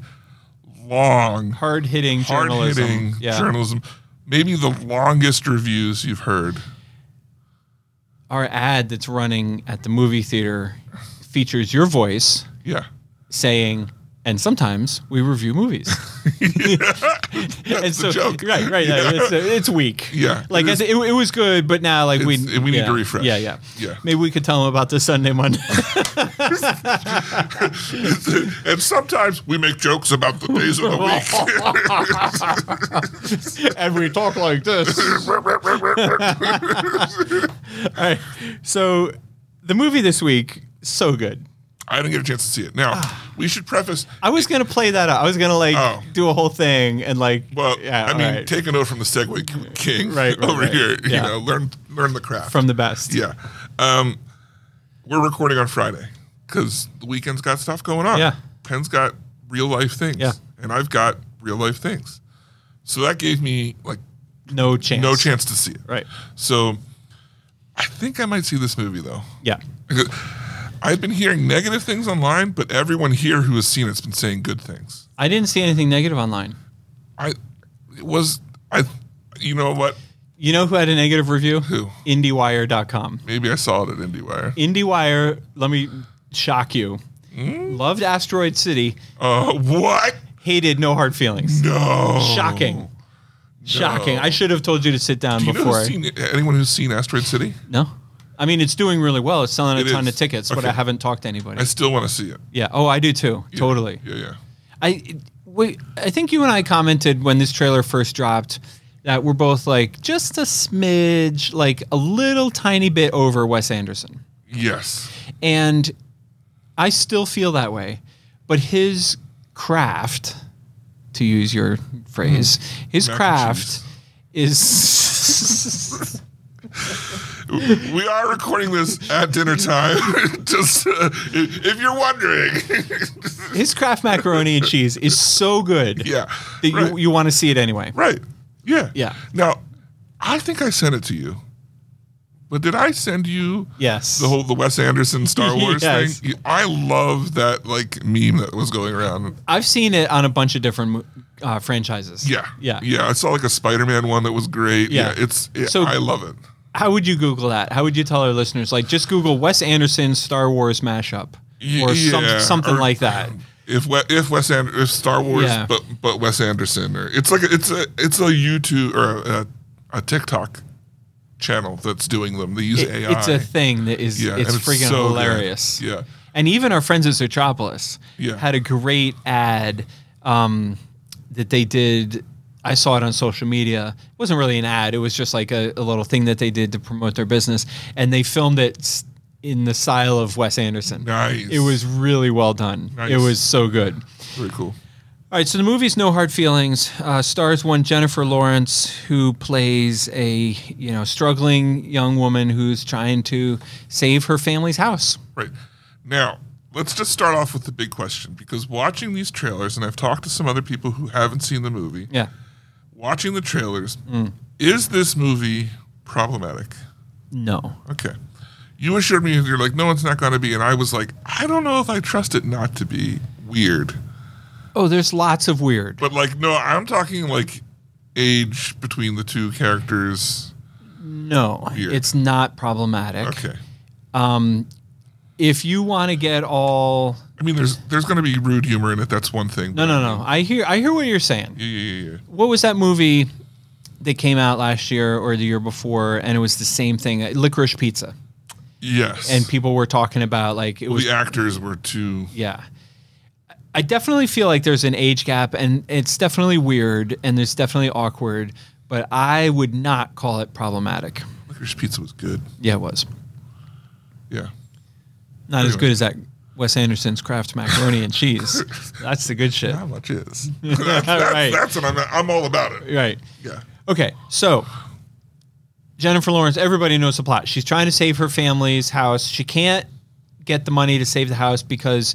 [SPEAKER 2] long,
[SPEAKER 3] Hard hitting
[SPEAKER 2] hard
[SPEAKER 3] journalism.
[SPEAKER 2] hitting
[SPEAKER 3] yeah.
[SPEAKER 2] journalism. Maybe the longest reviews you've heard.
[SPEAKER 3] Our ad that's running at the movie theater features your voice
[SPEAKER 2] Yeah.
[SPEAKER 3] saying, and sometimes we review movies. and
[SPEAKER 2] the joke.
[SPEAKER 3] Right, right.
[SPEAKER 2] Yeah.
[SPEAKER 3] It's, it's weak.
[SPEAKER 2] Yeah.
[SPEAKER 3] Like
[SPEAKER 2] It
[SPEAKER 3] I
[SPEAKER 2] is-
[SPEAKER 3] said, it, it was good, but now like we
[SPEAKER 2] It's- we need
[SPEAKER 3] yeah.
[SPEAKER 2] to refresh.
[SPEAKER 3] Yeah, yeah,
[SPEAKER 2] Yeah.
[SPEAKER 3] Maybe we could tell them about this Sunday, Monday.
[SPEAKER 2] and sometimes we make jokes about the days of the week.
[SPEAKER 3] and we talk like this. All right. So the movie this week, so good.
[SPEAKER 2] I didn't get a chance to see it. Now, we should preface.
[SPEAKER 3] I was gonna play that out. I was gonna like
[SPEAKER 2] Oh.
[SPEAKER 3] do a whole thing and like
[SPEAKER 2] Well,
[SPEAKER 3] yeah,
[SPEAKER 2] I
[SPEAKER 3] all
[SPEAKER 2] mean,
[SPEAKER 3] right.
[SPEAKER 2] take a note from the Segway King
[SPEAKER 3] Right, right,
[SPEAKER 2] over
[SPEAKER 3] right.
[SPEAKER 2] here. You
[SPEAKER 3] Yeah.
[SPEAKER 2] know, learn learn the craft
[SPEAKER 3] from the best.
[SPEAKER 2] Yeah. Um, we're recording on Friday because the weekend's got stuff going on.
[SPEAKER 3] Yeah.
[SPEAKER 2] Penn's got real life things.
[SPEAKER 3] Yeah.
[SPEAKER 2] And I've got real life things. So that gave me like
[SPEAKER 3] No chance.
[SPEAKER 2] no chance to see it.
[SPEAKER 3] Right.
[SPEAKER 2] So I think I might see this movie though.
[SPEAKER 3] Yeah.
[SPEAKER 2] Because I've been hearing negative things online, but everyone here who has seen it's been saying good things.
[SPEAKER 3] I didn't see anything negative online.
[SPEAKER 2] I it was I you know what?
[SPEAKER 3] You know who had a negative review?
[SPEAKER 2] Who?
[SPEAKER 3] IndieWire.com.
[SPEAKER 2] Maybe I saw it at IndieWire.
[SPEAKER 3] IndieWire, let me shock you.
[SPEAKER 2] Hmm?
[SPEAKER 3] Loved Asteroid City,
[SPEAKER 2] Uh what?
[SPEAKER 3] hated No Hard Feelings.
[SPEAKER 2] No.
[SPEAKER 3] Shocking. Shocking.
[SPEAKER 2] No.
[SPEAKER 3] I should have told you to sit down
[SPEAKER 2] Do you know
[SPEAKER 3] before.
[SPEAKER 2] who's
[SPEAKER 3] I-
[SPEAKER 2] seen, anyone who's seen Asteroid City?
[SPEAKER 3] No. I mean, it's doing really well. It's selling a
[SPEAKER 2] It is.
[SPEAKER 3] ton of tickets, but
[SPEAKER 2] Okay.
[SPEAKER 3] I haven't talked to anybody.
[SPEAKER 2] I still want to see it.
[SPEAKER 3] yeah. Oh, I do too. Totally.
[SPEAKER 2] Yeah, yeah.
[SPEAKER 3] I we, I think you and I commented when this trailer first dropped that we're both like just a smidge, like a little tiny bit over Wes Anderson.
[SPEAKER 2] Yes.
[SPEAKER 3] And I still feel that way. But his craft, to use your phrase, his
[SPEAKER 2] Hmm. Mac and
[SPEAKER 3] craft
[SPEAKER 2] cheese.
[SPEAKER 3] is
[SPEAKER 2] We are recording this at dinner time. Just uh, if if you're wondering.
[SPEAKER 3] his craft macaroni and cheese is so good
[SPEAKER 2] yeah.
[SPEAKER 3] that
[SPEAKER 2] right.
[SPEAKER 3] you, you want to see it anyway.
[SPEAKER 2] right. Yeah.
[SPEAKER 3] Yeah.
[SPEAKER 2] Now, I think I sent it to you. But did I send you
[SPEAKER 3] Yes.
[SPEAKER 2] the whole the Wes Anderson Star Wars
[SPEAKER 3] Yes.
[SPEAKER 2] thing? I love that like meme that was going around.
[SPEAKER 3] I've seen it on a bunch of different mo- uh, franchises.
[SPEAKER 2] Yeah.
[SPEAKER 3] Yeah.
[SPEAKER 2] Yeah. I saw like a Spider-Man one that was great.
[SPEAKER 3] Yeah.
[SPEAKER 2] Yeah. it's it,
[SPEAKER 3] So-
[SPEAKER 2] I love it.
[SPEAKER 3] How would you Google that? How would you tell our listeners? Like, just Google Wes Anderson Star Wars mashup or some,
[SPEAKER 2] Yeah,
[SPEAKER 3] something
[SPEAKER 2] or-
[SPEAKER 3] like that.
[SPEAKER 2] If we- if Wes and if Star Wars,
[SPEAKER 3] Yeah.
[SPEAKER 2] but but Wes Anderson, or it's like a, it's a it's a YouTube or a, a, a TikTok channel that's doing them. They use
[SPEAKER 3] It-
[SPEAKER 2] AI.
[SPEAKER 3] it's a thing that is
[SPEAKER 2] Yeah,
[SPEAKER 3] it's
[SPEAKER 2] and
[SPEAKER 3] freaking
[SPEAKER 2] so good.
[SPEAKER 3] hilarious.
[SPEAKER 2] Yeah,
[SPEAKER 3] And even our friends at Zootropolis
[SPEAKER 2] Yeah.
[SPEAKER 3] had a great ad um, that they did. I saw it on social media. It wasn't really an ad. It was just like a, a little thing that they did to promote their business, and they filmed it s- in the style of Wes Anderson.
[SPEAKER 2] Nice.
[SPEAKER 3] It was really well done. It
[SPEAKER 2] Nice.
[SPEAKER 3] was so good.
[SPEAKER 2] very cool.
[SPEAKER 3] All right, so the movie's No Hard Feelings uh, stars one Jennifer Lawrence who plays a you know struggling young woman who's trying to save her family's house.
[SPEAKER 2] Right now, let's just start off with the big question because watching these trailers, and I've talked to some other people who haven't seen the movie.
[SPEAKER 3] Yeah,
[SPEAKER 2] Watching the trailers,
[SPEAKER 3] Mm.
[SPEAKER 2] is this movie problematic?
[SPEAKER 3] no,
[SPEAKER 2] Okay. You assured me you're like, no, it's not going to be. And I was like, I don't know if I trust it not to be weird.
[SPEAKER 3] Oh, there's lots of weird.
[SPEAKER 2] But like, no, I'm talking like age between the two characters.
[SPEAKER 3] No,
[SPEAKER 2] Weird.
[SPEAKER 3] it's not problematic.
[SPEAKER 2] Okay.
[SPEAKER 3] If you want to get all
[SPEAKER 2] I mean, there's there's going to be rude humor in it. That's one thing.
[SPEAKER 3] No, no, no. I hear I hear what you're saying.
[SPEAKER 2] Yeah, yeah, yeah.
[SPEAKER 3] What was that movie that came out last year or the year before and it was the same thing, uh, Licorice Pizza.
[SPEAKER 2] Yes.
[SPEAKER 3] And people were talking about like it was
[SPEAKER 2] the actors were too.
[SPEAKER 3] yeah. I definitely feel like there's an age gap and it's definitely weird and there's definitely awkward, but I would not call it problematic.
[SPEAKER 2] Licorice Pizza was good.
[SPEAKER 3] Yeah, it was.
[SPEAKER 2] Yeah.
[SPEAKER 3] Not as
[SPEAKER 2] Anyway.
[SPEAKER 3] good as that Wes Anderson's Kraft macaroni and cheese. That's the good shit.
[SPEAKER 2] How much is? that's, that's-
[SPEAKER 3] Right.
[SPEAKER 2] that's what I'm. I'm all about it.
[SPEAKER 3] Right.
[SPEAKER 2] Yeah.
[SPEAKER 3] Okay, so Jennifer Lawrence, everybody knows the plot. She's trying to save her family's house. She can't get the money to save the house because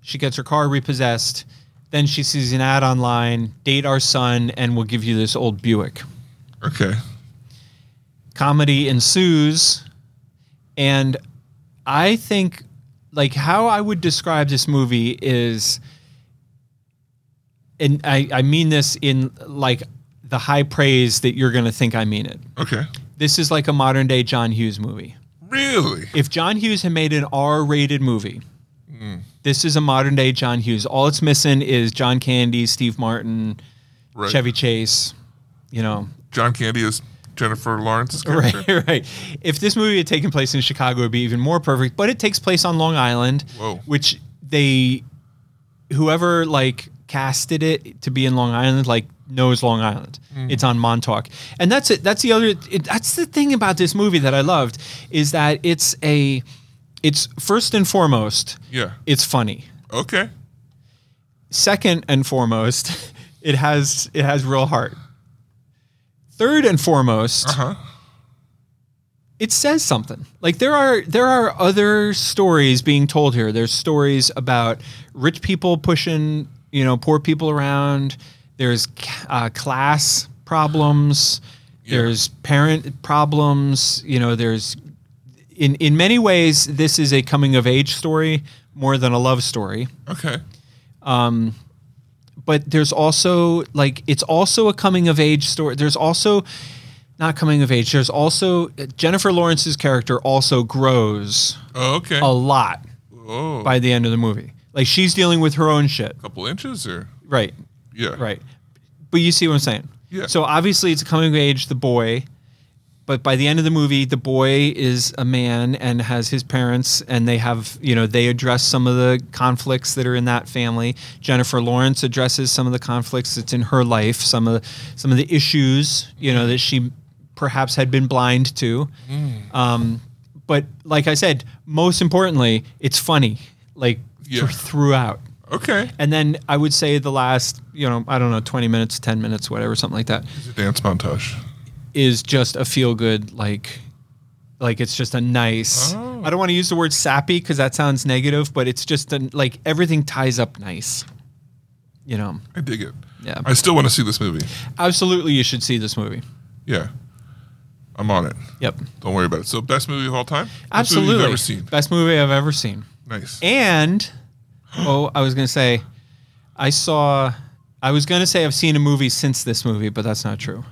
[SPEAKER 3] she gets her car repossessed. Then she sees an ad online date our son, and we'll give you this old Buick.
[SPEAKER 2] Okay.
[SPEAKER 3] Comedy ensues. And I think, like, how I would describe this movie is, and I, I mean this in like the high praise that you're going to think I mean it
[SPEAKER 2] Okay.
[SPEAKER 3] this is like a modern day John Hughes movie.
[SPEAKER 2] Really?
[SPEAKER 3] If John Hughes had made an R rated movie, this is a modern day John Hughes. All it's missing is John Candy, Steve Martin,
[SPEAKER 2] Right.
[SPEAKER 3] Chevy Chase, you know.
[SPEAKER 2] John Candy is Jennifer Lawrence's character.
[SPEAKER 3] Right, right. If this movie had taken place in Chicago, it would be even more perfect, but it takes place on Long Island,
[SPEAKER 2] Whoa.
[SPEAKER 3] which they, whoever like casted it to be in Long Island, like knows Long Island. It's on Montauk. And that's it. That's the other, it, that's the thing about this movie that I loved is that it's a, it's first and foremost,
[SPEAKER 2] Yeah.
[SPEAKER 3] it's funny.
[SPEAKER 2] Okay.
[SPEAKER 3] Second and foremost, it has, it has real heart. Third and foremost,
[SPEAKER 2] Huh?
[SPEAKER 3] it says something. Like there are there are other stories being told here. There's stories about rich people pushing you know poor people around. There's uh, class problems. There's parent problems. You know there's in in many ways this is a coming of age story more than a love story
[SPEAKER 2] Okay.
[SPEAKER 3] but there's also like it's also a coming of age story. There's also not coming of age. There's also Jennifer Lawrence's character also grows
[SPEAKER 2] Oh, okay.
[SPEAKER 3] a lot
[SPEAKER 2] oh,
[SPEAKER 3] by the end of the movie. Like she's dealing with her own shit.
[SPEAKER 2] couple inches or
[SPEAKER 3] Right.
[SPEAKER 2] yeah.
[SPEAKER 3] Right. But you see what I'm saying?
[SPEAKER 2] Yeah.
[SPEAKER 3] So obviously it's a coming of age the boy, but by the end of the movie the boy is a man and has his parents and they have, you know, they address some of the conflicts that are in that family. Jennifer Lawrence addresses some of the conflicts that's in her life, some of the, some of the issues, you know, that she perhaps had been blind to.
[SPEAKER 2] Mm.
[SPEAKER 3] Um but like I said, most importantly, it's funny like
[SPEAKER 2] Yeah.
[SPEAKER 3] thr- throughout.
[SPEAKER 2] Okay.
[SPEAKER 3] And then I would say the last, you know, I don't know, 20 minutes, 10 minutes, whatever, something like that,
[SPEAKER 2] It's a dance montage.
[SPEAKER 3] is just a feel good, like, like it's just a nice.
[SPEAKER 2] Oh.
[SPEAKER 3] I don't want to use the word sappy because that sounds negative, but it's just a, like everything ties up nice. You know,
[SPEAKER 2] I dig it.
[SPEAKER 3] Yeah.
[SPEAKER 2] I still want to see this movie.
[SPEAKER 3] absolutely, you should see this movie.
[SPEAKER 2] Yeah. I'm on it.
[SPEAKER 3] Yep,
[SPEAKER 2] Don't worry about it. So, best movie of all time? Best movie
[SPEAKER 3] absolutely.
[SPEAKER 2] you've ever seen.
[SPEAKER 3] Best movie I've ever seen.
[SPEAKER 2] Nice.
[SPEAKER 3] And oh, I was gonna say, I saw. I was gonna say I've seen a movie since this movie, but that's not true.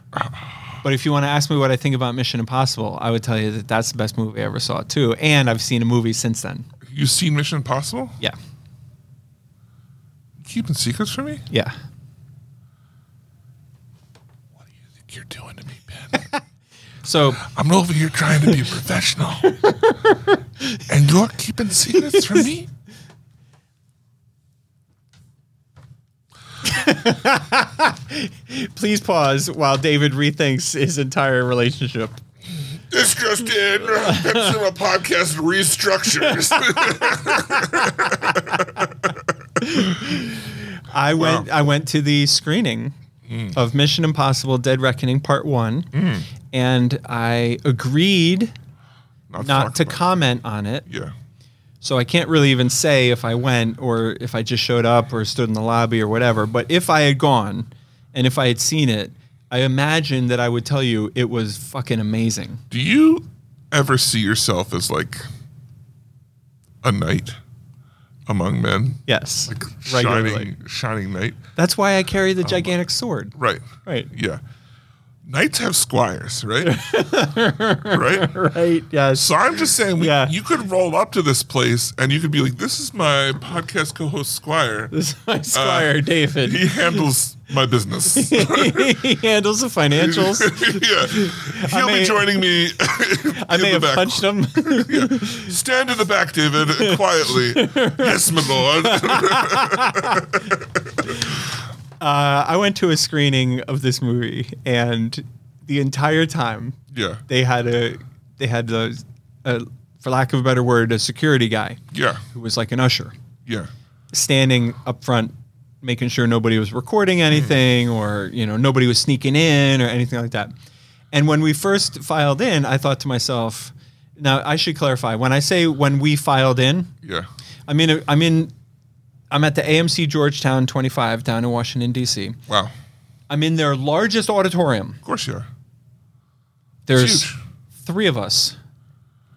[SPEAKER 3] But if you want to ask me what I think about Mission Impossible, I would tell you that that's the best movie I ever saw too. And I've seen a movie since then.
[SPEAKER 2] You've seen Mission Impossible?
[SPEAKER 3] Yeah,
[SPEAKER 2] You Keeping secrets from me?
[SPEAKER 3] yeah.
[SPEAKER 2] What do you think you're doing to me, Ben?
[SPEAKER 3] So
[SPEAKER 2] I'm over here trying to be professional. and you're keeping secrets from me?
[SPEAKER 3] please pause while David rethinks his entire relationship.
[SPEAKER 2] This just in. Consumer podcast restructures.
[SPEAKER 3] I went. I went to the screening of Mission Impossible: Dead Reckoning Part One, and I agreed not to
[SPEAKER 2] talk about
[SPEAKER 3] comment on it.
[SPEAKER 2] it. Yeah.
[SPEAKER 3] So I can't really even say if I went or if I just showed up or stood in the lobby or whatever. But if I had gone and if I had seen it, I imagine that I would tell you it was fucking amazing.
[SPEAKER 2] Do you ever see yourself as like a knight among men?
[SPEAKER 3] Yes. regularly.
[SPEAKER 2] Shining, shining knight.
[SPEAKER 3] That's why I carry the gigantic sword.
[SPEAKER 2] Right.
[SPEAKER 3] Right.
[SPEAKER 2] Yeah. Knights have squires, right? right?
[SPEAKER 3] Right. Yes.
[SPEAKER 2] So I'm just saying, we,
[SPEAKER 3] Yeah.
[SPEAKER 2] you could roll up to this place and you could be like, "This is my podcast co-host Squire.
[SPEAKER 3] This is my squire, David.
[SPEAKER 2] He handles my business. yeah,
[SPEAKER 3] he handles the financials.
[SPEAKER 2] he'll
[SPEAKER 3] may-
[SPEAKER 2] be joining me.
[SPEAKER 3] I
[SPEAKER 2] in
[SPEAKER 3] may
[SPEAKER 2] the
[SPEAKER 3] have
[SPEAKER 2] back.
[SPEAKER 3] punched him.
[SPEAKER 2] Stand in the back, David, quietly. yes, my lord.
[SPEAKER 3] Uh, I went to a screening of this movie, and the entire time
[SPEAKER 2] yeah.
[SPEAKER 3] they had a they had a, a for lack of a better word, a security guy
[SPEAKER 2] Yeah.
[SPEAKER 3] who was like an usher,
[SPEAKER 2] Yeah.
[SPEAKER 3] standing up front, making sure nobody was recording anything or you know nobody was sneaking in or anything like that. And when we first filed in, I thought to myself, now I should clarify. When I say when we filed in,
[SPEAKER 2] Yeah.
[SPEAKER 3] I'm in. A, I'm in. I'm at the AMC Georgetown 25 down in Washington D.C.
[SPEAKER 2] Wow.
[SPEAKER 3] I'm in their largest auditorium.
[SPEAKER 2] Of course you are.
[SPEAKER 3] There's
[SPEAKER 2] Huge.
[SPEAKER 3] three of us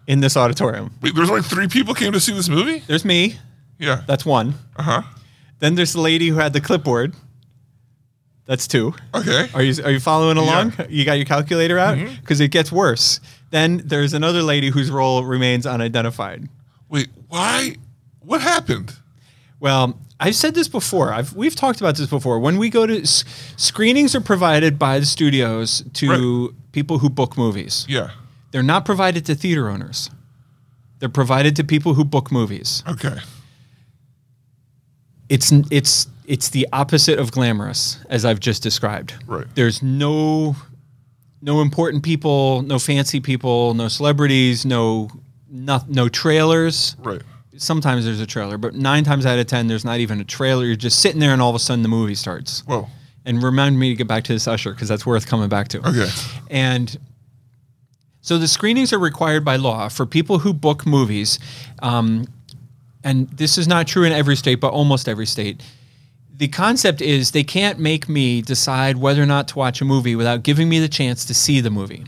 [SPEAKER 3] in this auditorium.
[SPEAKER 2] Wait, there's only three people came to see this movie?
[SPEAKER 3] There's me.
[SPEAKER 2] Yeah.
[SPEAKER 3] That's one.
[SPEAKER 2] Uh huh.
[SPEAKER 3] Then there's the lady who had the clipboard. That's two.
[SPEAKER 2] Okay.
[SPEAKER 3] Are you are you following along? You got your calculator out because it gets worse. Then there's another lady whose role remains unidentified.
[SPEAKER 2] Wait, why? What happened?
[SPEAKER 3] Well, I've said this before. I've we've talked about this before. When we go to s- screenings, are provided by the studios to people who book movies.
[SPEAKER 2] Yeah.
[SPEAKER 3] They're not provided to theater owners. They're provided to people who book movies.
[SPEAKER 2] Okay.
[SPEAKER 3] It's n- it's it's the opposite of glamorous, as I've just described.
[SPEAKER 2] Right.
[SPEAKER 3] There's no no important people, no fancy people, no celebrities, no no, no trailers.
[SPEAKER 2] Right.
[SPEAKER 3] Sometimes there's a trailer, but nine times out of ten, there's not even a trailer. You're just sitting there, and all of a sudden, the movie starts.
[SPEAKER 2] Whoa.
[SPEAKER 3] And remind me to get back to this usher because that's worth coming back to.
[SPEAKER 2] Okay.
[SPEAKER 3] And so the screenings are required by law for people who book movies. Um, and this is not true in every state, but almost every state. The concept is they can't make me decide whether or not to watch a movie without giving me the chance to see the movie.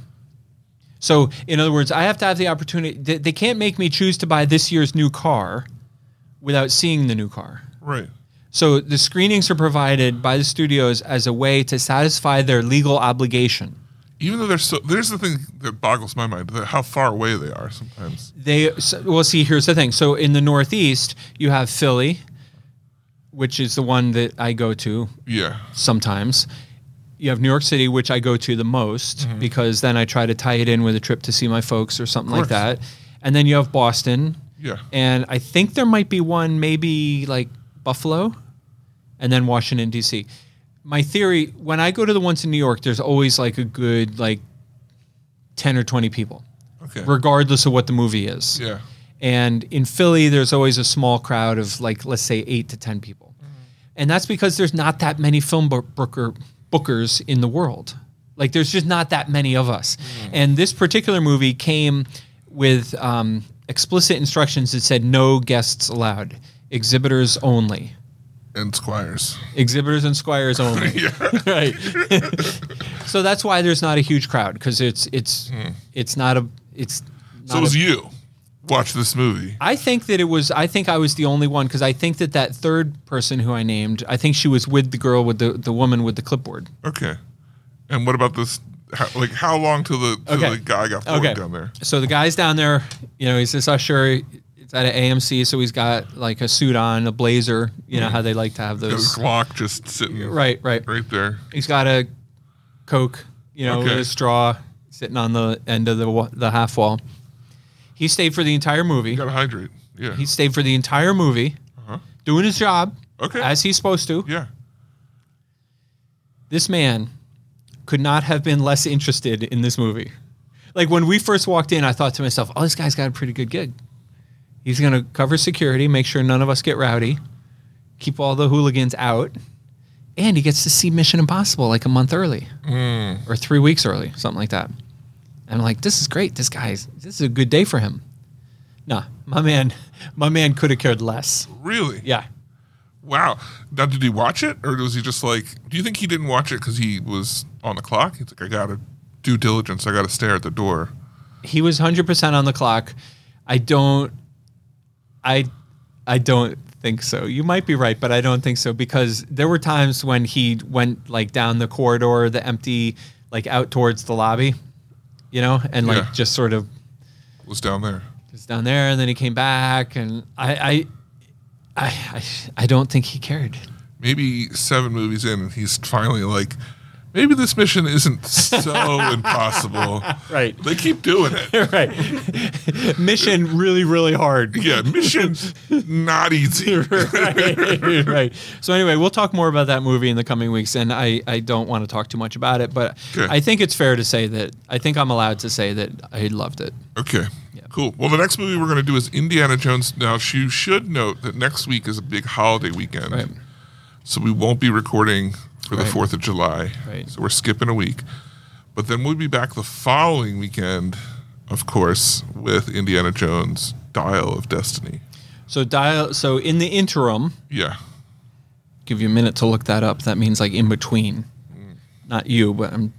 [SPEAKER 3] So, in other words, I have to have the opportunity. They, they can't make me choose to buy this year's new car without seeing the new car.
[SPEAKER 2] Right.
[SPEAKER 3] So, the screenings are provided by the studios as a way to satisfy their legal obligation.
[SPEAKER 2] Even though they're so, there's the thing that boggles my mind: that how far away they are sometimes.
[SPEAKER 3] They so, well, see, here's the thing. So in the Northeast, you have Philly, which is the one that I go to
[SPEAKER 2] Yeah.
[SPEAKER 3] sometimes. You have New York City, which I go to the most because then I try to tie it in with a trip to see my folks or something like
[SPEAKER 2] course.
[SPEAKER 3] that. And then you have Boston,
[SPEAKER 2] Yeah.
[SPEAKER 3] and I think there might be one, maybe like Buffalo, and then Washington D.C. My theory: when I go to the ones in New York, there's always like a good like ten or twenty people,
[SPEAKER 2] Okay.
[SPEAKER 3] regardless of what the movie is.
[SPEAKER 2] yeah.
[SPEAKER 3] And in Philly, there's always a small crowd of like, let's say, eight to 10 people. And that's because there's not that many film bo- booker, bookers in the world. Like, there's just not that many of us. And this particular movie came with um, explicit instructions that said no guests allowed, exhibitors only,
[SPEAKER 2] And Squires.
[SPEAKER 3] exhibitors and squires only. right. so that's why there's not a huge crowd because it's it's it's not a it's
[SPEAKER 2] So it
[SPEAKER 3] not a
[SPEAKER 2] was you. Watch this movie.
[SPEAKER 3] I think that it was. I think I was the only one because I think that that third person who I named, I think she was with the girl with the the woman with the clipboard.
[SPEAKER 2] Okay. And what about this? How, like how long till the till
[SPEAKER 3] Okay.
[SPEAKER 2] the guy got forward down there?
[SPEAKER 3] So the guy's down there. You know, he's this usher. It's at an AMC, so he's got like a suit on, a blazer. You
[SPEAKER 2] Mm-hmm.
[SPEAKER 3] know how they like to have
[SPEAKER 2] The
[SPEAKER 3] those.
[SPEAKER 2] clock just sitting
[SPEAKER 3] Right, right.
[SPEAKER 2] right there.
[SPEAKER 3] He's got a Coke, you know, with
[SPEAKER 2] Okay.
[SPEAKER 3] a straw sitting on the end of the wa- the half wall. He stayed for the entire movie.
[SPEAKER 2] Gotta hydrate. Yeah.
[SPEAKER 3] He stayed for the entire movie, doing his job
[SPEAKER 2] Uh-huh. okay.
[SPEAKER 3] as he's supposed to.
[SPEAKER 2] yeah.
[SPEAKER 3] this man could not have been less interested in this movie. Like when we first walked in, I thought to myself, "Oh, this guy's got a pretty good gig. He's going to cover security, make sure none of us get rowdy, keep all the hooligans out, and he gets to see Mission Impossible like a month early or 3 weeks early, something like that." And I'm like, "This is great. This guy's this is a good day for him." Nah, my man, my man could have cared less.
[SPEAKER 2] Really?
[SPEAKER 3] Yeah.
[SPEAKER 2] Wow. Now, did he watch it, or was he just like? Do you think he didn't watch it because he was on the clock? He's like, I gotta due diligence. I gotta stare at the door.
[SPEAKER 3] he was 100% on the clock i don't i i don't think so you might be right but i don't think so because there were times when he went like down the corridor the empty like out towards the lobby you know and like
[SPEAKER 2] Yeah.
[SPEAKER 3] just sort of
[SPEAKER 2] Was down there.
[SPEAKER 3] was down there and then he came back and i i i i, I don't think he cared
[SPEAKER 2] Maybe seven movies in, and he's finally like, maybe this mission isn't so impossible.
[SPEAKER 3] right
[SPEAKER 2] They keep doing it.
[SPEAKER 3] right mission really really hard
[SPEAKER 2] Yeah, mission not easy.
[SPEAKER 3] right, right. So anyway, we'll talk more about that movie in the coming weeks, and I, I don't want to talk too much about it, but
[SPEAKER 2] Okay.
[SPEAKER 3] I think it's fair to say that I think I'm allowed to say that I loved it.
[SPEAKER 2] Okay.
[SPEAKER 3] Yeah.
[SPEAKER 2] Cool. Well, the next movie we're going to do is Indiana Jones. Now, you should note that next week is a big holiday weekend.
[SPEAKER 3] Right.
[SPEAKER 2] So we won't be recording for the
[SPEAKER 3] Right.
[SPEAKER 2] 4th of July.
[SPEAKER 3] Right.
[SPEAKER 2] So we're skipping a week. But then we'll be back the following weekend, of course, with Indiana Jones Dial of Destiny.
[SPEAKER 3] So dial. So in the interim,
[SPEAKER 2] Yeah.
[SPEAKER 3] give you a minute to look that up. That means like in between,
[SPEAKER 2] Mm.
[SPEAKER 3] not you, but I'm.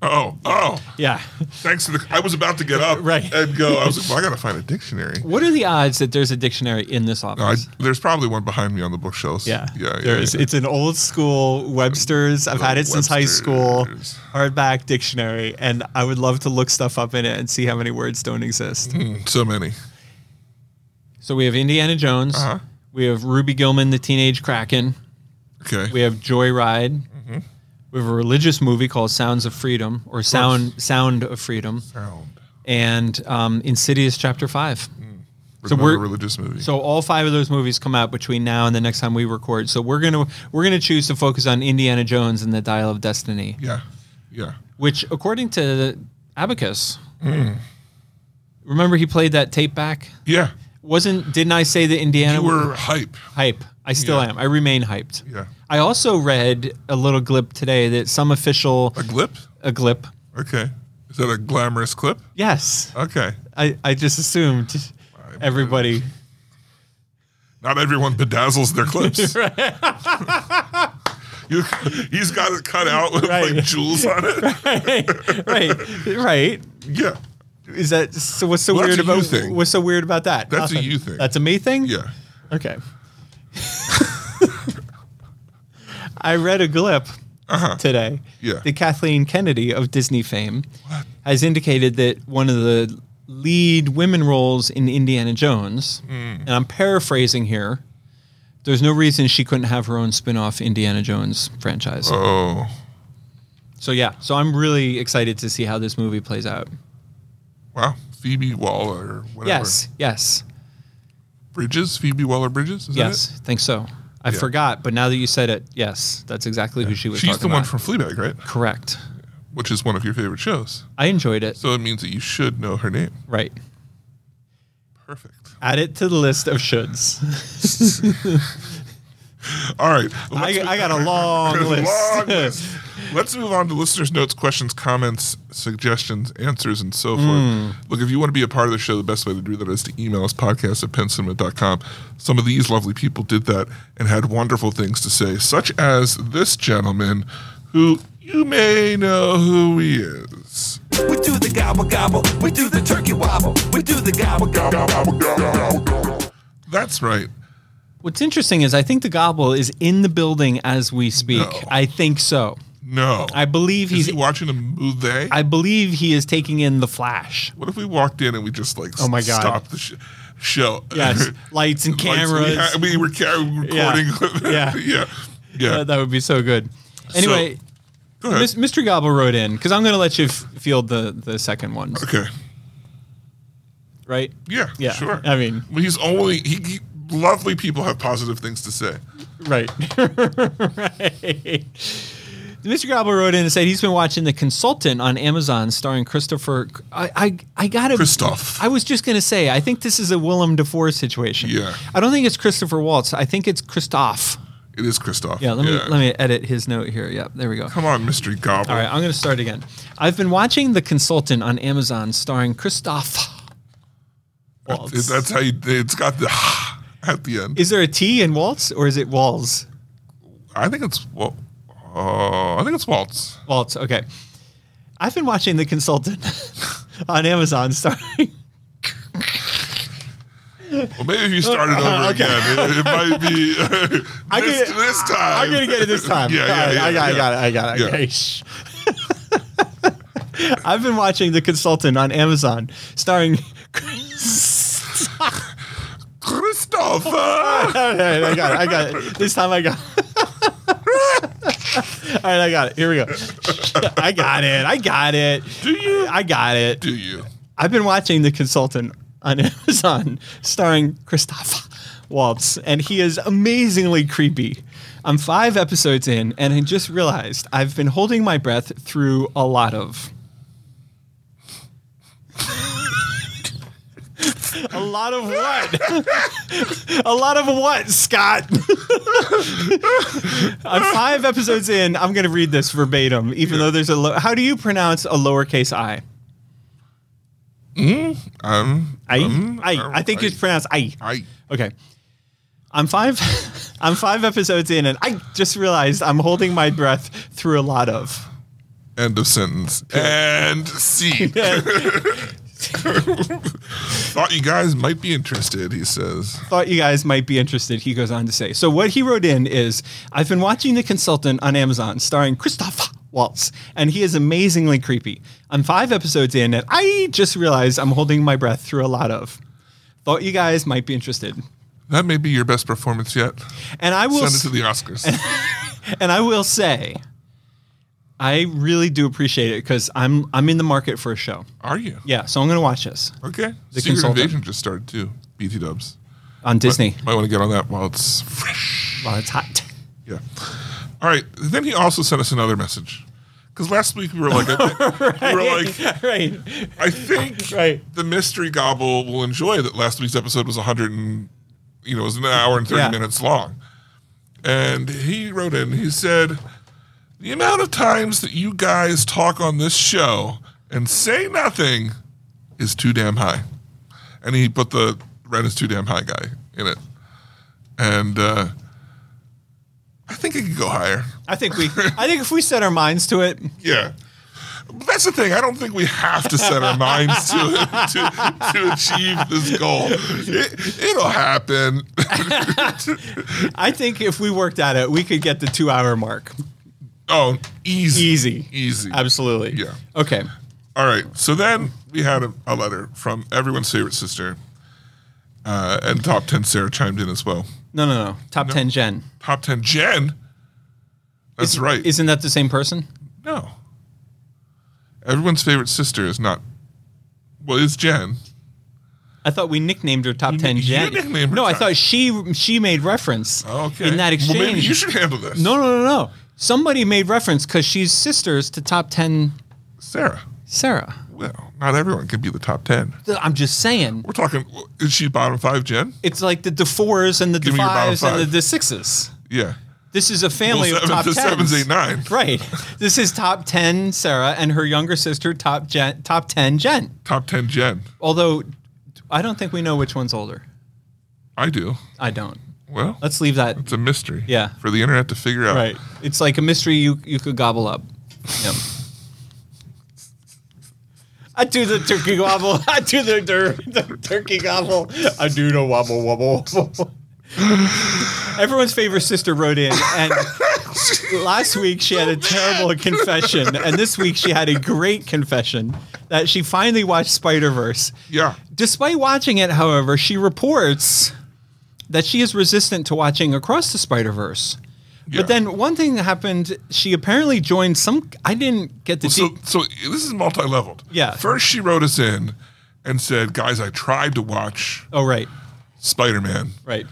[SPEAKER 2] Oh, oh.
[SPEAKER 3] Yeah.
[SPEAKER 2] Thanks to the. I was about to get up
[SPEAKER 3] Right.
[SPEAKER 2] and go. I was like, well, I got to find a dictionary.
[SPEAKER 3] What are the odds that there's a dictionary in this
[SPEAKER 2] I,
[SPEAKER 3] office?
[SPEAKER 2] there's probably one behind me on the bookshelves.
[SPEAKER 3] yeah,
[SPEAKER 2] Yeah.
[SPEAKER 3] there
[SPEAKER 2] yeah,
[SPEAKER 3] is.
[SPEAKER 2] yeah.
[SPEAKER 3] It's an old school Webster's. I've had it since high school.
[SPEAKER 2] Webster's.
[SPEAKER 3] Hardback dictionary, and I would love to look stuff up in it and see how many words don't exist.
[SPEAKER 2] So many.
[SPEAKER 3] So we have Indiana Jones.
[SPEAKER 2] Uh-huh.
[SPEAKER 3] We have Ruby Gilman, the Teenage Kraken.
[SPEAKER 2] Okay.
[SPEAKER 3] We have Joyride.
[SPEAKER 2] Mm-hmm.
[SPEAKER 3] We have a religious movie called Sounds of Freedom or Sound Sound of Freedom,
[SPEAKER 2] Found.
[SPEAKER 3] and um, Insidious Chapter
[SPEAKER 2] Mm.
[SPEAKER 3] Five. So
[SPEAKER 2] Another
[SPEAKER 3] we're-
[SPEAKER 2] religious movie.
[SPEAKER 3] So all five of those movies come out between now and the next time we record. So we're gonna we're gonna choose to focus on Indiana Jones and the Dial of Destiny,
[SPEAKER 2] yeah, yeah.
[SPEAKER 3] which according to Abacus,
[SPEAKER 2] Mm.
[SPEAKER 3] remember he played that tape back.
[SPEAKER 2] Yeah.
[SPEAKER 3] Wasn't didn't I say that Indiana
[SPEAKER 2] You were hype.
[SPEAKER 3] hype? I still
[SPEAKER 2] Yeah.
[SPEAKER 3] am. I remain hyped.
[SPEAKER 2] Yeah.
[SPEAKER 3] I also read a little glip today that some official
[SPEAKER 2] A glip?
[SPEAKER 3] a glip.
[SPEAKER 2] Okay. Is that a glamorous clip?
[SPEAKER 3] Yes,
[SPEAKER 2] Okay.
[SPEAKER 3] I, I just assumed everybody.
[SPEAKER 2] Not everyone bedazzles their clips. you, he's got it cut out with
[SPEAKER 3] Right.
[SPEAKER 2] like jewels on it.
[SPEAKER 3] right, right.
[SPEAKER 2] Yeah.
[SPEAKER 3] Is that so? What's so
[SPEAKER 2] Well, that's
[SPEAKER 3] weird
[SPEAKER 2] a you
[SPEAKER 3] about
[SPEAKER 2] thing.
[SPEAKER 3] what's so weird about that?
[SPEAKER 2] That's a
[SPEAKER 3] Nothing.
[SPEAKER 2] you thing.
[SPEAKER 3] That's a me thing.
[SPEAKER 2] Yeah.
[SPEAKER 3] Okay. I read a glip today.
[SPEAKER 2] Uh-huh. Yeah.
[SPEAKER 3] That Kathleen Kennedy of Disney fame
[SPEAKER 2] What?
[SPEAKER 3] has indicated that one of the lead women roles in Indiana Jones,
[SPEAKER 2] Mm.
[SPEAKER 3] and I'm paraphrasing here. There's no reason she couldn't have her own spin-off Indiana Jones franchise.
[SPEAKER 2] Oh.
[SPEAKER 3] So yeah, so I'm really excited to see how this movie plays out.
[SPEAKER 2] Wow. Phoebe Waller. Whatever.
[SPEAKER 3] Yes, yes,
[SPEAKER 2] Bridges? Phoebe Waller Bridges? Is
[SPEAKER 3] yes. Think so. I
[SPEAKER 2] Yeah.
[SPEAKER 3] forgot, but now that you said it, yes, that's exactly who she
[SPEAKER 2] that it?
[SPEAKER 3] was.
[SPEAKER 2] She's
[SPEAKER 3] talking
[SPEAKER 2] the one
[SPEAKER 3] about.
[SPEAKER 2] from Fleabag, right?
[SPEAKER 3] Correct.
[SPEAKER 2] Which is one of your favorite shows.
[SPEAKER 3] I enjoyed it.
[SPEAKER 2] So it means that you should know her name.
[SPEAKER 3] Right.
[SPEAKER 2] Perfect.
[SPEAKER 3] Add it to the list of shoulds.
[SPEAKER 2] All right.
[SPEAKER 3] I, I got a long
[SPEAKER 2] There's a
[SPEAKER 3] list.
[SPEAKER 2] long list. Let's move on to listeners' notes, questions, comments, suggestions, answers, and so forth.
[SPEAKER 3] Hmm.
[SPEAKER 2] Look, if you want to be a part of the show, the best way to do that is to email us podcast at pencinema.com. Some of these lovely people did that and had wonderful things to say, such as this gentleman who you may know who he is.
[SPEAKER 4] We do the gobble gobble. We do the turkey wobble. We do the gobble gobble. gobble, gobble, gobble.
[SPEAKER 2] That's right.
[SPEAKER 3] What's interesting is I think the gobble is in the building as we speak.
[SPEAKER 2] No.
[SPEAKER 3] I think so.
[SPEAKER 2] No.
[SPEAKER 3] I believe
[SPEAKER 2] is
[SPEAKER 3] he's.
[SPEAKER 2] he watching a movie?
[SPEAKER 3] I believe he is taking in the flash.
[SPEAKER 2] what if we walked in and we just like
[SPEAKER 3] Oh my God.
[SPEAKER 2] stopped the sh- show?
[SPEAKER 3] Yes, lights
[SPEAKER 2] Lights,
[SPEAKER 3] and
[SPEAKER 2] we
[SPEAKER 3] cameras.
[SPEAKER 2] ha- we, were ca- recording.
[SPEAKER 3] Yeah.
[SPEAKER 2] Yeah. yeah.
[SPEAKER 3] Uh, that would be so good. Anyway,
[SPEAKER 2] Go ahead.
[SPEAKER 3] Mis- Mr. Gobble wrote in because I'm going to let you f- field the the second ones,
[SPEAKER 2] okay.
[SPEAKER 3] right?
[SPEAKER 2] Yeah.
[SPEAKER 3] Yeah,
[SPEAKER 2] Sure.
[SPEAKER 3] I mean-
[SPEAKER 2] Well, he's only he, he. Lovely people have positive things to say.
[SPEAKER 3] Right. right. Mr. Gobble wrote in and said he's been watching The Consultant on Amazon starring Christopher. I I, I got it.
[SPEAKER 2] Christoph.
[SPEAKER 3] I was just going to say, I think this is a Willem Dafoe situation.
[SPEAKER 2] Yeah.
[SPEAKER 3] I don't think it's Christopher Waltz. I think it's Christoph.
[SPEAKER 2] It is Christoph.
[SPEAKER 3] Yeah, let me let me edit his note here. Yep, there we go.
[SPEAKER 2] Come on, mystery goblin.
[SPEAKER 3] All right, I'm going to start again. I've been watching The Consultant on Amazon starring Christoph Waltz.
[SPEAKER 2] It- that's how you. It's got the at the end.
[SPEAKER 3] Is there a T in Waltz or is it Walls?
[SPEAKER 2] I think it's. Well, uh, I think it's Waltz.
[SPEAKER 3] Waltz, okay. I've been watching The Consultant on Amazon starring.
[SPEAKER 2] Well, maybe if you started over again, it, it might be
[SPEAKER 3] Uh, I
[SPEAKER 2] this,
[SPEAKER 3] get it.
[SPEAKER 2] this time.
[SPEAKER 3] I'm going to get it this time.
[SPEAKER 2] yeah,
[SPEAKER 3] All
[SPEAKER 2] yeah,
[SPEAKER 3] right,
[SPEAKER 2] yeah,
[SPEAKER 3] I, got,
[SPEAKER 2] yeah.
[SPEAKER 3] I got it. I got it.
[SPEAKER 2] Yeah.
[SPEAKER 3] Okay. shh. I've been watching The Consultant on Amazon starring.
[SPEAKER 2] Christopher.
[SPEAKER 3] All right, I got it. I got it. This time I got it. All right, I got it. Here we go. I got it. I got it.
[SPEAKER 2] Do you?
[SPEAKER 3] I got it.
[SPEAKER 2] Do you?
[SPEAKER 3] I've been watching The Consultant on Amazon, starring Christoph Waltz, and he is amazingly creepy. I'm five episodes in, and I just realized I've been holding my breath through a lot of. A lot of what? a lot of what, Scott? I'm five episodes in. I'm going to read this verbatim, even though there's a. Lo- How do you pronounce a lowercase i?
[SPEAKER 2] Um,
[SPEAKER 3] I,
[SPEAKER 2] um,
[SPEAKER 3] I, I think
[SPEAKER 2] I-
[SPEAKER 3] it's pronounced I.
[SPEAKER 2] I
[SPEAKER 3] Okay. I'm five. I'm five episodes in, and I just realized I'm holding my breath through a lot of.
[SPEAKER 2] end of sentence and scene. Thought you guys might be interested, he says.
[SPEAKER 3] Thought you guys might be interested. He goes on to say. So what he wrote in is, I've been watching The Consultant on Amazon, starring Christoph Waltz, and he is amazingly creepy. I'm five episodes in, and I just realized I'm holding my breath through a lot of. Thought you guys might be interested,
[SPEAKER 2] That may be your best performance yet.
[SPEAKER 3] and I will
[SPEAKER 2] Send it to the Oscars.
[SPEAKER 3] and I will say, I really do appreciate it because I'm I'm in the market for a show.
[SPEAKER 2] Are you?
[SPEAKER 3] Yeah, so I'm gonna watch this
[SPEAKER 2] Okay.
[SPEAKER 3] The
[SPEAKER 2] Secret
[SPEAKER 3] Consultant.
[SPEAKER 2] Invasion just started too. BT Dubs.
[SPEAKER 3] on Disney
[SPEAKER 2] Might want to get on that while it's fresh.
[SPEAKER 3] while it's hot.
[SPEAKER 2] Yeah. All right. Then he also sent us another message. Because last week we were like, we were like,
[SPEAKER 3] right,
[SPEAKER 2] I think
[SPEAKER 3] Right.
[SPEAKER 2] the mystery gobble will enjoy that last week's episode was 100 and, you know, it was an hour and 30
[SPEAKER 3] Yeah.
[SPEAKER 2] minutes long. And he wrote in, he said, the amount of times that you guys talk on this show and say nothing is too damn high. And he put the rent is too damn high guy in it. And uh, I think it could go higher.
[SPEAKER 3] I think we. I think if we set our minds to it,
[SPEAKER 2] Yeah. But that's the thing. I don't think we have to set our minds to it to, to achieve this goal. It, it'll happen.
[SPEAKER 3] I think if we worked at it, we could get the two-hour mark.
[SPEAKER 2] oh, easy.
[SPEAKER 3] Easy.
[SPEAKER 2] Easy.
[SPEAKER 3] Absolutely.
[SPEAKER 2] Yeah.
[SPEAKER 3] Okay.
[SPEAKER 2] All right. So then we had a, a letter from everyone's favorite sister. Uh, and top 10 Sarah chimed in as well.
[SPEAKER 3] No, no, no. Top ten, Jen.
[SPEAKER 2] Top 10 Jen. That's right.
[SPEAKER 3] Isn't that the same person?
[SPEAKER 2] no. Everyone's favorite sister is not. Well, it's Jen.
[SPEAKER 3] I thought we nicknamed her Top Ten
[SPEAKER 2] you
[SPEAKER 3] Jen.
[SPEAKER 2] nicknamed her
[SPEAKER 3] no, I
[SPEAKER 2] Top-
[SPEAKER 3] thought she she made reference
[SPEAKER 2] Okay.
[SPEAKER 3] in that exchange.
[SPEAKER 2] Well, maybe you should handle this.
[SPEAKER 3] No, no, no, no. Somebody made reference because she's sisters to top 10
[SPEAKER 2] Sarah.
[SPEAKER 3] Sarah.
[SPEAKER 2] Well, not everyone can be the top 10.
[SPEAKER 3] Th- I'm just saying.
[SPEAKER 2] We're talking, is she bottom five, Jen?
[SPEAKER 3] It's like the DeFours and the
[SPEAKER 2] Give me your bottom
[SPEAKER 3] DeFives and the
[SPEAKER 2] five.
[SPEAKER 3] DeSixes.
[SPEAKER 2] Yeah.
[SPEAKER 3] This is a
[SPEAKER 2] Well,
[SPEAKER 3] family
[SPEAKER 2] seven,
[SPEAKER 3] of top
[SPEAKER 2] the
[SPEAKER 3] 10s.
[SPEAKER 2] sevens, eight, nine.
[SPEAKER 3] Right. This is top 10 Sarah and her younger sister, top, Jen, top 10 Jen.
[SPEAKER 2] Top 10, Jen.
[SPEAKER 3] Although, I don't think we know which one's older.
[SPEAKER 2] I do.
[SPEAKER 3] I don't.
[SPEAKER 2] Well,
[SPEAKER 3] Let's leave that.
[SPEAKER 2] it's a mystery.
[SPEAKER 3] Yeah.
[SPEAKER 2] For the internet to figure out.
[SPEAKER 3] Right. It's like a mystery you, you could gobble up. Yep. I do the turkey gobble. I do the, der, the turkey gobble. I do the wobble wobble. wobble. Everyone's favorite sister wrote in, and last week she had a terrible confession, and this week she had a great confession that she finally watched Spider Verse.
[SPEAKER 2] Yeah.
[SPEAKER 3] Despite watching it, however, she reports that she is resistant to watching Across the Spider Verse.
[SPEAKER 2] Yeah.
[SPEAKER 3] But then one thing that happened, she apparently joined some. I didn't get the.
[SPEAKER 2] So,
[SPEAKER 3] de-
[SPEAKER 2] so this is multi leveled.
[SPEAKER 3] Yeah.
[SPEAKER 2] First, she wrote us in and said, guys, I tried to watch
[SPEAKER 3] oh right,
[SPEAKER 2] Spider Man
[SPEAKER 3] right.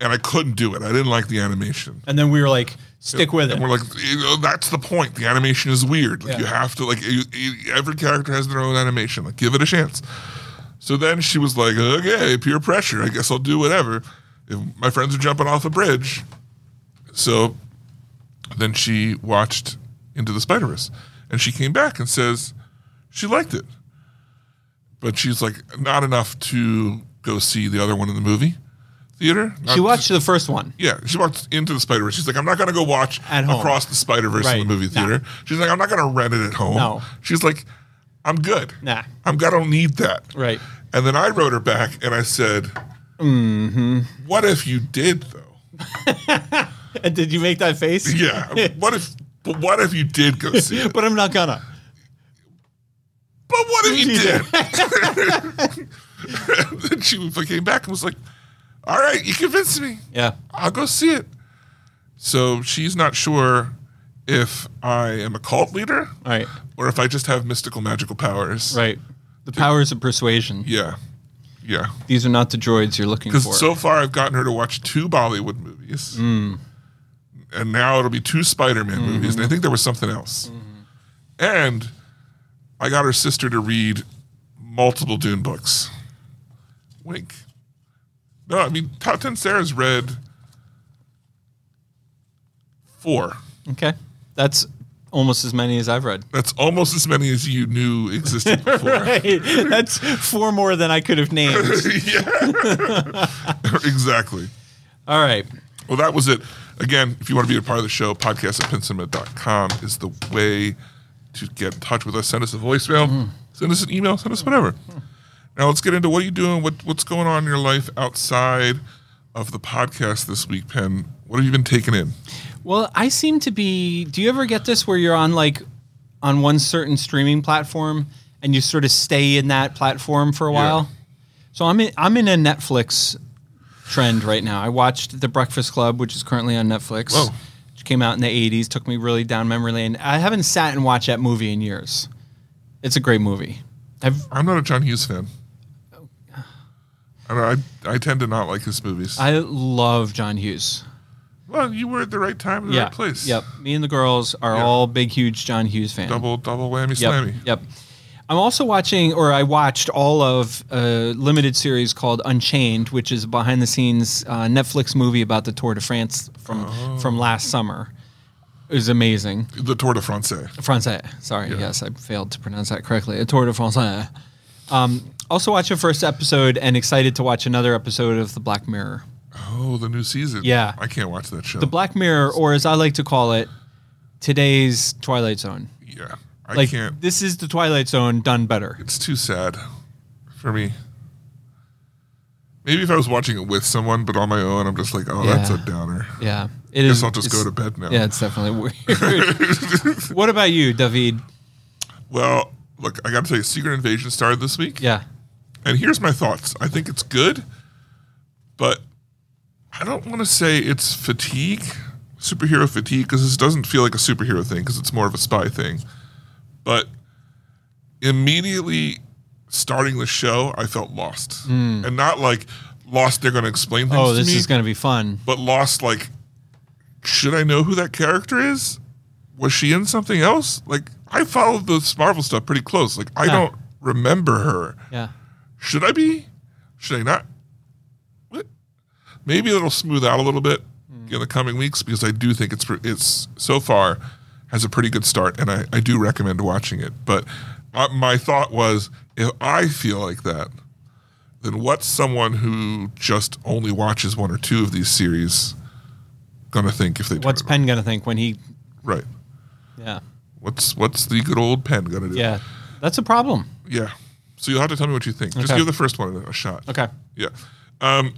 [SPEAKER 2] and I couldn't do it. I didn't like the animation.
[SPEAKER 3] And then we were like, stick with it.
[SPEAKER 2] And we're like, you know, that's the point. The animation is weird. Like
[SPEAKER 3] Yeah.
[SPEAKER 2] you have to like you, you- every character has their own animation. Like give it a chance. So then she was like, okay, peer pressure. I guess I'll do whatever. If my friends are jumping off a bridge, so then she watched Into the Spider Verse, and she came back and says she liked it, but she's like not enough to go see the other one in the movie theater.
[SPEAKER 3] She
[SPEAKER 2] Not-
[SPEAKER 3] watched the first one.
[SPEAKER 2] yeah, she walked into the Spider Verse. She's like, I'm not going to go watch
[SPEAKER 3] At home.
[SPEAKER 2] across the Spider Verse
[SPEAKER 3] Right.
[SPEAKER 2] in the movie
[SPEAKER 3] No.
[SPEAKER 2] theater. She's like, I'm not going to rent it at home.
[SPEAKER 3] No.
[SPEAKER 2] She's like, I'm good.
[SPEAKER 3] Nah.
[SPEAKER 2] I'm good. I don't need that.
[SPEAKER 3] Right.
[SPEAKER 2] And then I wrote her back and I said,
[SPEAKER 3] Mm-hmm.
[SPEAKER 2] What if you did though?
[SPEAKER 3] And did you make that face?
[SPEAKER 2] Yeah. what if? But what if you did go see it?
[SPEAKER 3] But I'm not gonna.
[SPEAKER 2] But what if you
[SPEAKER 3] You
[SPEAKER 2] did?
[SPEAKER 3] did.
[SPEAKER 2] and then she came back and was like, All right, you convinced me.
[SPEAKER 3] Yeah.
[SPEAKER 2] I'll go see it. So she's not sure if I am a cult leader
[SPEAKER 3] All right.
[SPEAKER 2] or if I just have mystical magical powers.
[SPEAKER 3] Right. The powers of persuasion.
[SPEAKER 2] Yeah. Yeah.
[SPEAKER 3] These are not the droids you're looking for.
[SPEAKER 2] Because so far I've gotten her to watch two Bollywood movies. And now it'll be two Spider Man movies. And I think there was something else. And I got her sister to read multiple Dune books. Wink. No, I mean top ten. Sarah's read four.
[SPEAKER 3] Okay. That's almost as many as I've read.
[SPEAKER 2] That's almost as many as you knew existed before.
[SPEAKER 3] Right. That's four more than I could have named.
[SPEAKER 2] exactly.
[SPEAKER 3] All right.
[SPEAKER 2] Well, that was it. Again, if you want to be a part of the show, podcast at pencinema.com is the way to get in touch with us. Send us a voicemail,
[SPEAKER 3] Mm-hmm.
[SPEAKER 2] send us an email, send us whatever. Now, let's get into what are you doing, what, what's going on in your life outside of the podcast this week, Penn. What have you been taking in?
[SPEAKER 3] Well, I seem to be. Do you ever get this where you're on like on one certain streaming platform and you sort of stay in that platform for a while? So I'm in, I'm in a Netflix trend right now. I watched The Breakfast Club, which is currently on Netflix,
[SPEAKER 2] Whoa.
[SPEAKER 3] which came out in the 80s, took me really down memory lane. I haven't sat and watched that movie in years. It's a great movie. Have
[SPEAKER 2] I'm not a John Hughes fan.
[SPEAKER 3] Oh,
[SPEAKER 2] I, don't, I, I tend to not like his movies.
[SPEAKER 3] I love John Hughes.
[SPEAKER 2] well, you were at the right time in the
[SPEAKER 3] yeah.
[SPEAKER 2] right place.
[SPEAKER 3] Yep. Me and the girls are
[SPEAKER 2] Yeah.
[SPEAKER 3] all big, huge John Hughes fans.
[SPEAKER 2] Double, double whammy
[SPEAKER 3] Yep.
[SPEAKER 2] slammy.
[SPEAKER 3] Yep. I'm also watching, or I watched all of a limited series called Unchained, which is a behind the scenes uh, Netflix movie about the Tour de France from
[SPEAKER 2] Oh.
[SPEAKER 3] from last summer. It was amazing.
[SPEAKER 2] The Tour de France.
[SPEAKER 3] Francais. Sorry, yes, I failed to pronounce that correctly. A tour de français. Um, also watched the first episode and excited to watch another episode of The Black Mirror.
[SPEAKER 2] Oh, the new season.
[SPEAKER 3] Yeah.
[SPEAKER 2] I can't watch that show.
[SPEAKER 3] The Black Mirror, or as I like to call it, today's Twilight Zone.
[SPEAKER 2] yeah. I
[SPEAKER 3] Like
[SPEAKER 2] can't.
[SPEAKER 3] this is the Twilight Zone done better.
[SPEAKER 2] It's too sad for me. Maybe if I was watching it with someone, but on my own, I'm just like, oh, that's a
[SPEAKER 3] Yeah.
[SPEAKER 2] downer.
[SPEAKER 3] Yeah, it
[SPEAKER 2] Guess
[SPEAKER 3] is-
[SPEAKER 2] I'll just
[SPEAKER 3] it's-
[SPEAKER 2] go to bed now.
[SPEAKER 3] Yeah, it's definitely weird. what about you, David?
[SPEAKER 2] Well, look, I got to tell you, Secret Invasion started this week,
[SPEAKER 3] Yeah,
[SPEAKER 2] and here's my thoughts. I think it's good, but I don't want to say it's fatigue, superhero fatigue, because this doesn't feel like a superhero thing, because it's more of a spy thing. But immediately starting the show, I felt lost, and not like lost. They're going to explain things.
[SPEAKER 3] Hmm. Oh,
[SPEAKER 2] to
[SPEAKER 3] this
[SPEAKER 2] me.
[SPEAKER 3] is going to be fun.
[SPEAKER 2] but lost like should I know who that character is? Was she in something else? Like I followed this Marvel stuff pretty close. Like I
[SPEAKER 3] Huh.
[SPEAKER 2] don't remember her.
[SPEAKER 3] Yeah.
[SPEAKER 2] Should I be? Should I not? What? Maybe it'll smooth out a little bit
[SPEAKER 3] Hmm.
[SPEAKER 2] in the coming weeks because I do think it's pre- it's so far has a pretty good start, and I, I do recommend watching it. But uh, my thought was, if I feel like that, then what's someone who just only watches one or two of these series gonna think if they turn
[SPEAKER 3] What's
[SPEAKER 2] it on?
[SPEAKER 3] Penn going to think when he?
[SPEAKER 2] right?
[SPEAKER 3] Yeah,
[SPEAKER 2] What's what's the good old pen gonna do?
[SPEAKER 3] yeah, that's a problem.
[SPEAKER 2] yeah. So you'll have to tell me what you think. Just
[SPEAKER 3] Okay.
[SPEAKER 2] give the first one a shot.
[SPEAKER 3] Okay.
[SPEAKER 2] Yeah. Um,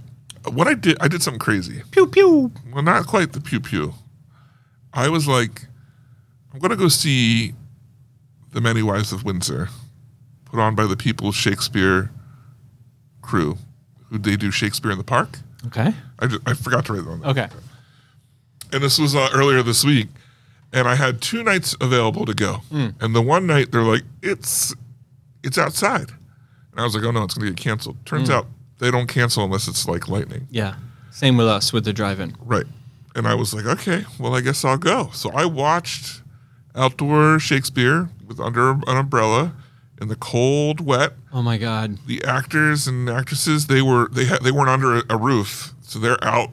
[SPEAKER 2] what I did, I did something crazy.
[SPEAKER 3] Pew pew.
[SPEAKER 2] Well, not quite the pew pew. I was like, I'm gonna go see the Many Wives of Windsor, put on by the People Shakespeare crew, who they do Shakespeare in the Park.
[SPEAKER 3] Okay.
[SPEAKER 2] I, ju- I forgot to write that on. That.
[SPEAKER 3] Okay.
[SPEAKER 2] And this was uh, earlier this week, and I had two nights available to go. And the one night they're like, it's it's outside, and I was like, oh no, it's gonna get canceled. Turns out they don't cancel unless it's like lightning.
[SPEAKER 3] Yeah. Same with us with the drive-in.
[SPEAKER 2] Right. And I was like, okay, well, I guess I'll go. So I watched outdoor Shakespeare with under an umbrella in the cold, wet.
[SPEAKER 3] Oh my God.
[SPEAKER 2] The actors and actresses, they were they had they weren't under a, a roof, so they're out.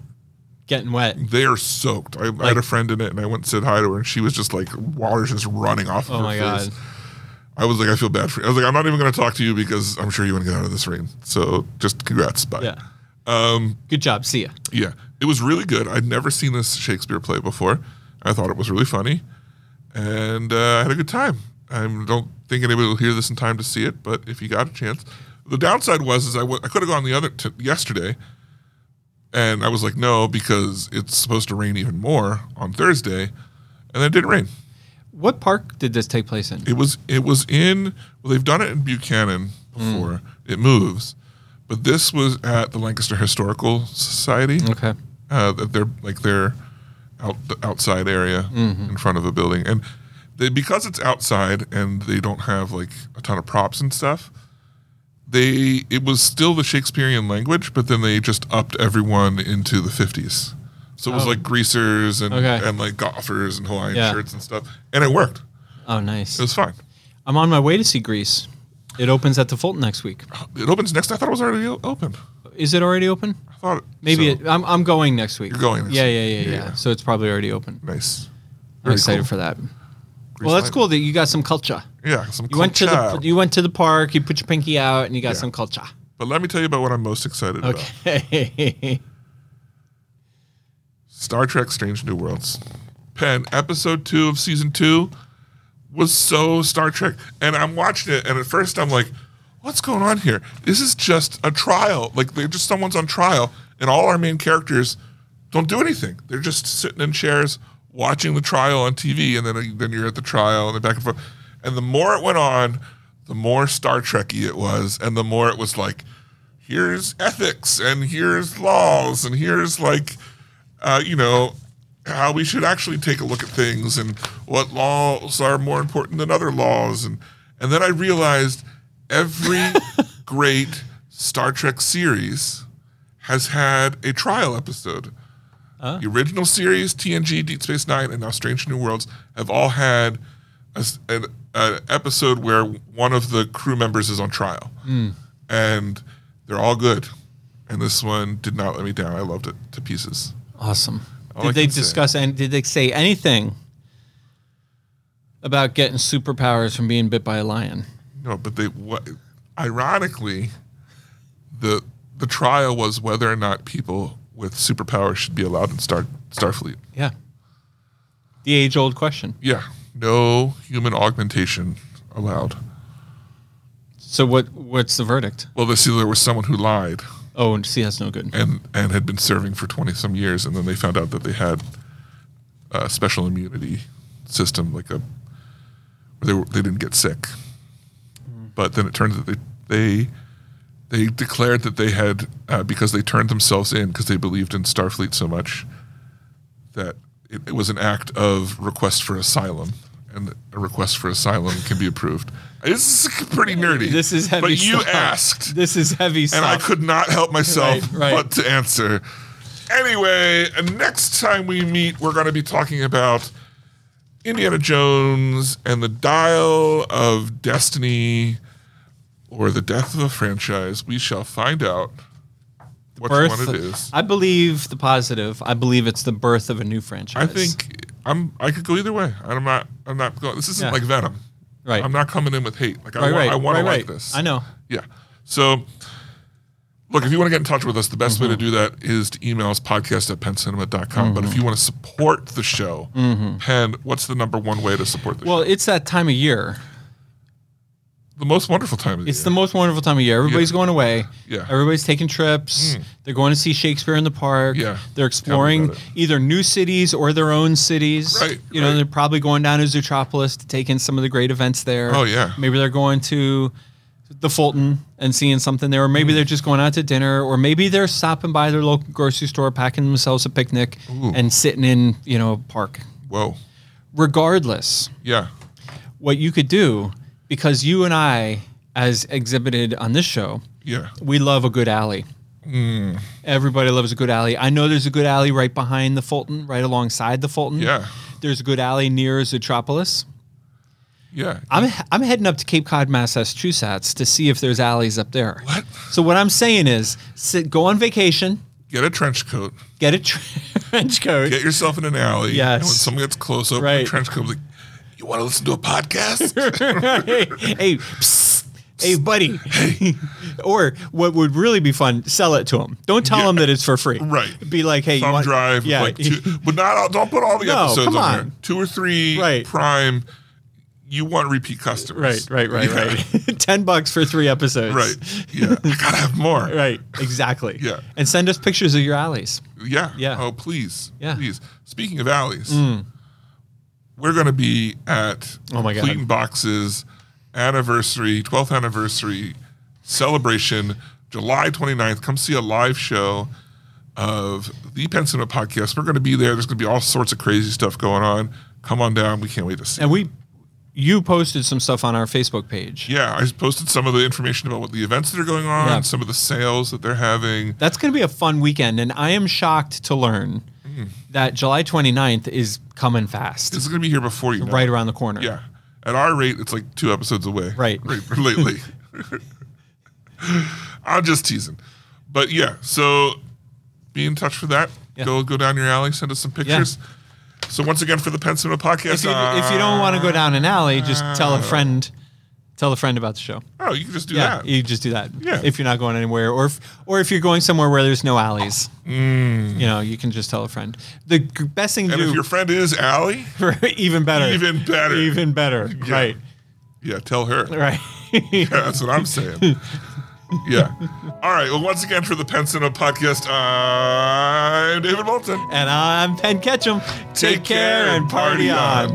[SPEAKER 3] Getting wet.
[SPEAKER 2] They are soaked. I, I had a friend in it, and I went and said hi to her, and she was just like water's just running off.
[SPEAKER 3] Oh
[SPEAKER 2] of her
[SPEAKER 3] my
[SPEAKER 2] face.
[SPEAKER 3] God.
[SPEAKER 2] I was like, I feel bad for you. I was like, I'm not even going to talk to you because I'm sure you want to get out of this rain. So just congrats, bye.
[SPEAKER 3] Yeah. Um. Good job. See ya.
[SPEAKER 2] Yeah, it was really good. I'd never seen this Shakespeare play before. I thought it was really funny, and uh, I had a good time. I don't think anybody will hear this in time to see it, but if you got a chance, the downside was is I wa- I could have gone the other t- yesterday, and I was like no because it's supposed to rain even more on Thursday, and then it didn't rain.
[SPEAKER 3] What park did this take place in?
[SPEAKER 2] It was it was in well they've done it in Buchanan before. It moves, but this was at the Lancaster Historical Society
[SPEAKER 3] Okay.
[SPEAKER 2] uh, that they're like their out the outside area
[SPEAKER 3] Mm-hmm.
[SPEAKER 2] in front of a building, and they because it's outside and they don't have like a ton of props and stuff. They it was still the Shakespearean language, but then they just upped everyone into the fifties. So it was like greasers and
[SPEAKER 3] Oh. Okay.
[SPEAKER 2] and like golfers and Hawaiian
[SPEAKER 3] Yeah.
[SPEAKER 2] shirts and stuff, and it worked.
[SPEAKER 3] Oh, nice.
[SPEAKER 2] It was fine.
[SPEAKER 3] I'm on my way to see Greece. It opens at the Fulton next week.
[SPEAKER 2] It opens next. I thought it was already o- open.
[SPEAKER 3] Is it already open?
[SPEAKER 2] I thought
[SPEAKER 3] Maybe
[SPEAKER 2] so.
[SPEAKER 3] it, I'm, I'm going next week.
[SPEAKER 2] You're going next
[SPEAKER 3] yeah,
[SPEAKER 2] week.
[SPEAKER 3] yeah, yeah, yeah,
[SPEAKER 2] Yeah, yeah.
[SPEAKER 3] So it's probably already open.
[SPEAKER 2] nice.
[SPEAKER 3] I'm
[SPEAKER 2] Very
[SPEAKER 3] excited
[SPEAKER 2] cool.
[SPEAKER 3] for that.
[SPEAKER 2] Grease
[SPEAKER 3] Well, that's
[SPEAKER 2] light.
[SPEAKER 3] cool that you got some culture.
[SPEAKER 2] Yeah, some
[SPEAKER 3] You went to the
[SPEAKER 2] culture.
[SPEAKER 3] you went to the park. You put your pinky out, and you got
[SPEAKER 2] Yeah.
[SPEAKER 3] some culture.
[SPEAKER 2] but let me tell you about what I'm most excited about:
[SPEAKER 3] Okay.
[SPEAKER 2] Star Trek: Strange New Worlds. Pen episode two of season two was so Star Trek, and I'm watching it, and at first I'm like, "What's going on here? This is just a trial. Like they're just someone's on trial, and all our main characters don't do anything. They're just sitting in chairs watching the trial on TV, and then then you're at the trial and then back and forth. And the more it went on, the more Star Trekky it was, and the more it was like, here's ethics, and here's laws, and here's like, uh, you know, how we should actually take a look at things and what laws are more important than other laws and and then I realized every great Star Trek series has had a trial episode. The original series, TNG, Deep Space Nine, and now Strange New Worlds have all had a s an an episode where one of the crew members is on trial, and they're all good. And this one did not let me down. I loved it to pieces.
[SPEAKER 3] awesome.
[SPEAKER 2] All I
[SPEAKER 3] did they
[SPEAKER 2] can say.
[SPEAKER 3] discuss and did they say anything about getting superpowers from being bit by a lion?
[SPEAKER 2] No, but they what? Ironically, the the trial was whether or not people with superpowers should be allowed in Star Starfleet.
[SPEAKER 3] Yeah. The age old question.
[SPEAKER 2] Yeah, no human augmentation allowed.
[SPEAKER 3] So what what's the verdict?
[SPEAKER 2] Well, they see there was someone who lied
[SPEAKER 3] Oh, and see that's no good.
[SPEAKER 2] and and had been serving for twenty some years, and then they found out that they had a special immunity system, like a where they were, they didn't get sick.
[SPEAKER 3] Mm-hmm.
[SPEAKER 2] But then it turns out that they they they declared that they had uh, because they turned themselves in because they believed in Starfleet so much that it, it was an act of request for asylum, and a request for asylum can be approved. This is pretty nerdy.
[SPEAKER 3] This is heavy
[SPEAKER 2] But you
[SPEAKER 3] stuff.
[SPEAKER 2] asked
[SPEAKER 3] This is heavy
[SPEAKER 2] and I
[SPEAKER 3] stuff.
[SPEAKER 2] could not help myself
[SPEAKER 3] Right, right.
[SPEAKER 2] but to answer. Anyway, next time we meet, we're going to be talking about Indiana Jones and the Dial of Destiny or the death of a franchise. We shall find out which one it is.
[SPEAKER 3] I believe the positive. I believe it's the birth of a new
[SPEAKER 2] I
[SPEAKER 3] franchise.
[SPEAKER 2] think I'm I could go either way. I'm not I'm not going this isn't
[SPEAKER 3] Yeah.
[SPEAKER 2] like Venom.
[SPEAKER 3] Right.
[SPEAKER 2] I'm not coming in with hate. Like I
[SPEAKER 3] Right,
[SPEAKER 2] want
[SPEAKER 3] right,
[SPEAKER 2] I want
[SPEAKER 3] right,
[SPEAKER 2] to
[SPEAKER 3] right.
[SPEAKER 2] like this.
[SPEAKER 3] I know.
[SPEAKER 2] Yeah. So, look, if you want to get in touch with us, the best
[SPEAKER 3] Mm-hmm.
[SPEAKER 2] way to do that is to email us podcast at pencinema.com. But if you want to support the show, Penn, what's the number one way to support the
[SPEAKER 3] Mm-hmm. Well,
[SPEAKER 2] show?
[SPEAKER 3] it's that time of year.
[SPEAKER 2] The most wonderful time of the
[SPEAKER 3] It's
[SPEAKER 2] year.
[SPEAKER 3] the most wonderful time of year. Everybody's going away.
[SPEAKER 2] Yeah. Hmm.
[SPEAKER 3] Everybody's taking trips. They're going to see Shakespeare in the park.
[SPEAKER 2] Yeah.
[SPEAKER 3] They're exploring
[SPEAKER 2] about it.
[SPEAKER 3] either new cities or their own cities.
[SPEAKER 2] Right,
[SPEAKER 3] You know,
[SPEAKER 2] right.
[SPEAKER 3] they're probably going down to Zootropolis to take in some of the great events there.
[SPEAKER 2] Oh, yeah.
[SPEAKER 3] Maybe they're going to the Fulton and seeing something there, or
[SPEAKER 2] Hmm.
[SPEAKER 3] maybe they're just going out to dinner, or maybe they're stopping by their local grocery store, packing themselves a picnic, and sitting in you know a park.
[SPEAKER 2] Whoa.
[SPEAKER 3] Regardless,
[SPEAKER 2] Yeah.
[SPEAKER 3] what you could do because you and I, as exhibited on this show,
[SPEAKER 2] Yeah.
[SPEAKER 3] we love a good alley.
[SPEAKER 2] Mm.
[SPEAKER 3] Everybody loves a good alley. I know there's a good alley right behind the Fulton, right alongside the Fulton.
[SPEAKER 2] Yeah.
[SPEAKER 3] There's a good alley near Zootropolis.
[SPEAKER 2] Yeah.
[SPEAKER 3] I'm I'm heading up to Cape Cod, Massachusetts to see if there's alleys up there.
[SPEAKER 2] What?
[SPEAKER 3] So what I'm saying is, sit, go on vacation,
[SPEAKER 2] Get a trench coat.
[SPEAKER 3] get a trench coat.
[SPEAKER 2] Get yourself in an alley. And when
[SPEAKER 3] Yes.
[SPEAKER 2] someone gets close, open
[SPEAKER 3] Right.
[SPEAKER 2] the trench coat. Like, you want to listen to a podcast?
[SPEAKER 3] hey, psst, hey, buddy. or what would really be fun, sell it to them. Don't tell them that it's for free.
[SPEAKER 2] Right.
[SPEAKER 3] Be like, hey, you
[SPEAKER 2] Thumb
[SPEAKER 3] want,
[SPEAKER 2] drive. Yeah. Like two, but not all, don't put all the
[SPEAKER 3] No,
[SPEAKER 2] episodes
[SPEAKER 3] come
[SPEAKER 2] on,
[SPEAKER 3] on.
[SPEAKER 2] there. Two or three
[SPEAKER 3] Right.
[SPEAKER 2] prime. You want repeat customers.
[SPEAKER 3] Right, right, right,
[SPEAKER 2] Yeah.
[SPEAKER 3] right. Ten bucks for three episodes.
[SPEAKER 2] Right. Yeah. I gotta have more.
[SPEAKER 3] Right. Exactly.
[SPEAKER 2] Yeah.
[SPEAKER 3] And send us pictures of your alleys.
[SPEAKER 2] Yeah.
[SPEAKER 3] Yeah.
[SPEAKER 2] Oh, please.
[SPEAKER 3] Yeah. Mm.
[SPEAKER 2] Please. Speaking of alleys, we're gonna be at
[SPEAKER 3] Oh my God.
[SPEAKER 2] Clean Box's anniversary, 12th anniversary celebration, July 29th. Come see a live show of the Penn Cinema podcast. We're gonna be there. There's gonna be all sorts of crazy stuff going on. Come on down. We can't wait to see.
[SPEAKER 3] And we you posted some stuff on our Facebook page.
[SPEAKER 2] yeah, I posted some of the information about what the events that are going on,
[SPEAKER 3] Yeah.
[SPEAKER 2] some of the sales that they're having.
[SPEAKER 3] That's going to be a fun weekend and I am shocked to learn that July 29th is coming fast.
[SPEAKER 2] This is going to be here before you. know
[SPEAKER 3] right
[SPEAKER 2] it.
[SPEAKER 3] around the corner.
[SPEAKER 2] Yeah. At our rate, it's like two episodes away.
[SPEAKER 3] Right.
[SPEAKER 2] lately. I'm just teasing. But yeah, so be in touch for that.
[SPEAKER 3] Yeah.
[SPEAKER 2] Go go down your alley, send us some pictures. So once again for the Penn Cinema podcast. uh,
[SPEAKER 3] If you, if you don't want to go down an alley, just tell a friend, tell a friend about the show.
[SPEAKER 2] Oh, you can just do
[SPEAKER 3] Yeah,
[SPEAKER 2] that.
[SPEAKER 3] you just do that.
[SPEAKER 2] Yeah.
[SPEAKER 3] If you're not going anywhere, or if, or if you're going somewhere where there's no alleys, you know, you can just tell a friend. The g- best thing to
[SPEAKER 2] and if your
[SPEAKER 3] do,
[SPEAKER 2] friend is Allie,
[SPEAKER 3] even better,
[SPEAKER 2] Even better.
[SPEAKER 3] even better.
[SPEAKER 2] Yeah.
[SPEAKER 3] Right,
[SPEAKER 2] yeah, tell her.
[SPEAKER 3] right.
[SPEAKER 2] Yeah, that's what I'm saying. yeah. All right. Well, once again for the Penn Cinema podcast, I'm David Bolton.
[SPEAKER 3] and I'm Penn Ketchum. Take, care, and party, on.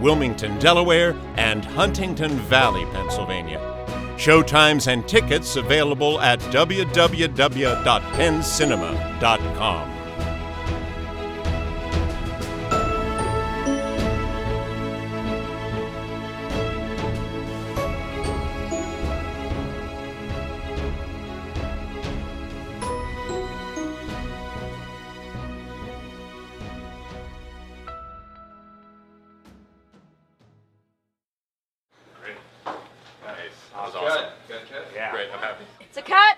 [SPEAKER 1] Wilmington, Delaware, and Huntington Valley, Pennsylvania. Showtimes and tickets available at www.penncinema.com.
[SPEAKER 5] That was awesome. Great. I'm happy.
[SPEAKER 6] It's a cut.